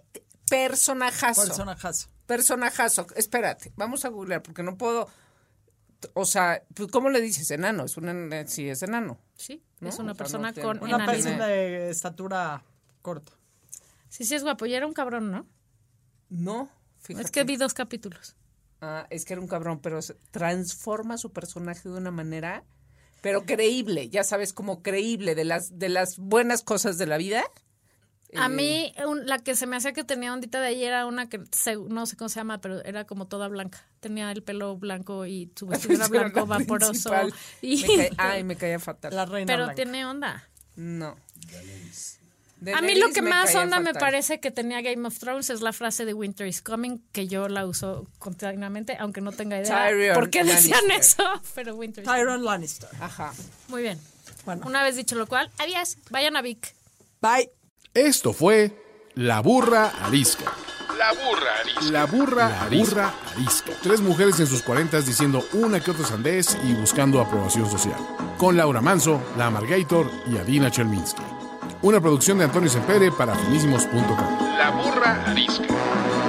personajazo. Personajazo. personajazo. Espérate, vamos a googlear porque no puedo. O sea, pues, ¿cómo le dices enano? Es un en- eh, sí, es enano. Sí, No, es una o sea, no persona tiene- con Una enanismo. persona de estatura corta. Sí, sí, es guapo. Y era un cabrón, ¿no? No, fíjate. Es que vi dos capítulos. Ah, es que era un cabrón, pero se- transforma su personaje de una manera, pero creíble, ya sabes, como creíble, de las, de las buenas cosas de la vida. A Eh, mí, un- la que se me hacía que tenía ondita de ahí era una que, se- no sé cómo se llama, pero era como toda blanca. Tenía el pelo blanco y su vestido era esa era blanco la vaporoso. principal. Y, Me cae- ah, ay, me caía fatal. La reina pero blanca. tiene onda. No. A mí lo Daenerys que me más caía onda me fatal. parece que tenía Game of Thrones es la frase de Winter is Coming, que yo la uso continuamente, aunque no tenga idea Tyrion por qué decían Lannister. eso, pero Winter is Tyron Lannister. Ajá. Muy bien. Bueno. Una vez dicho lo cual, adiós, vayan a Vic. Bye. Esto fue La Burra Arisca. La burra arisca. La burra arisca. Tres mujeres en sus cuarentas diciendo una que otra sandez y buscando aprobación social. Con Laura Manso, La Gator y Adina Chelminsky. Una producción de Antonio Sempere para finísimos.com. La burra arisca.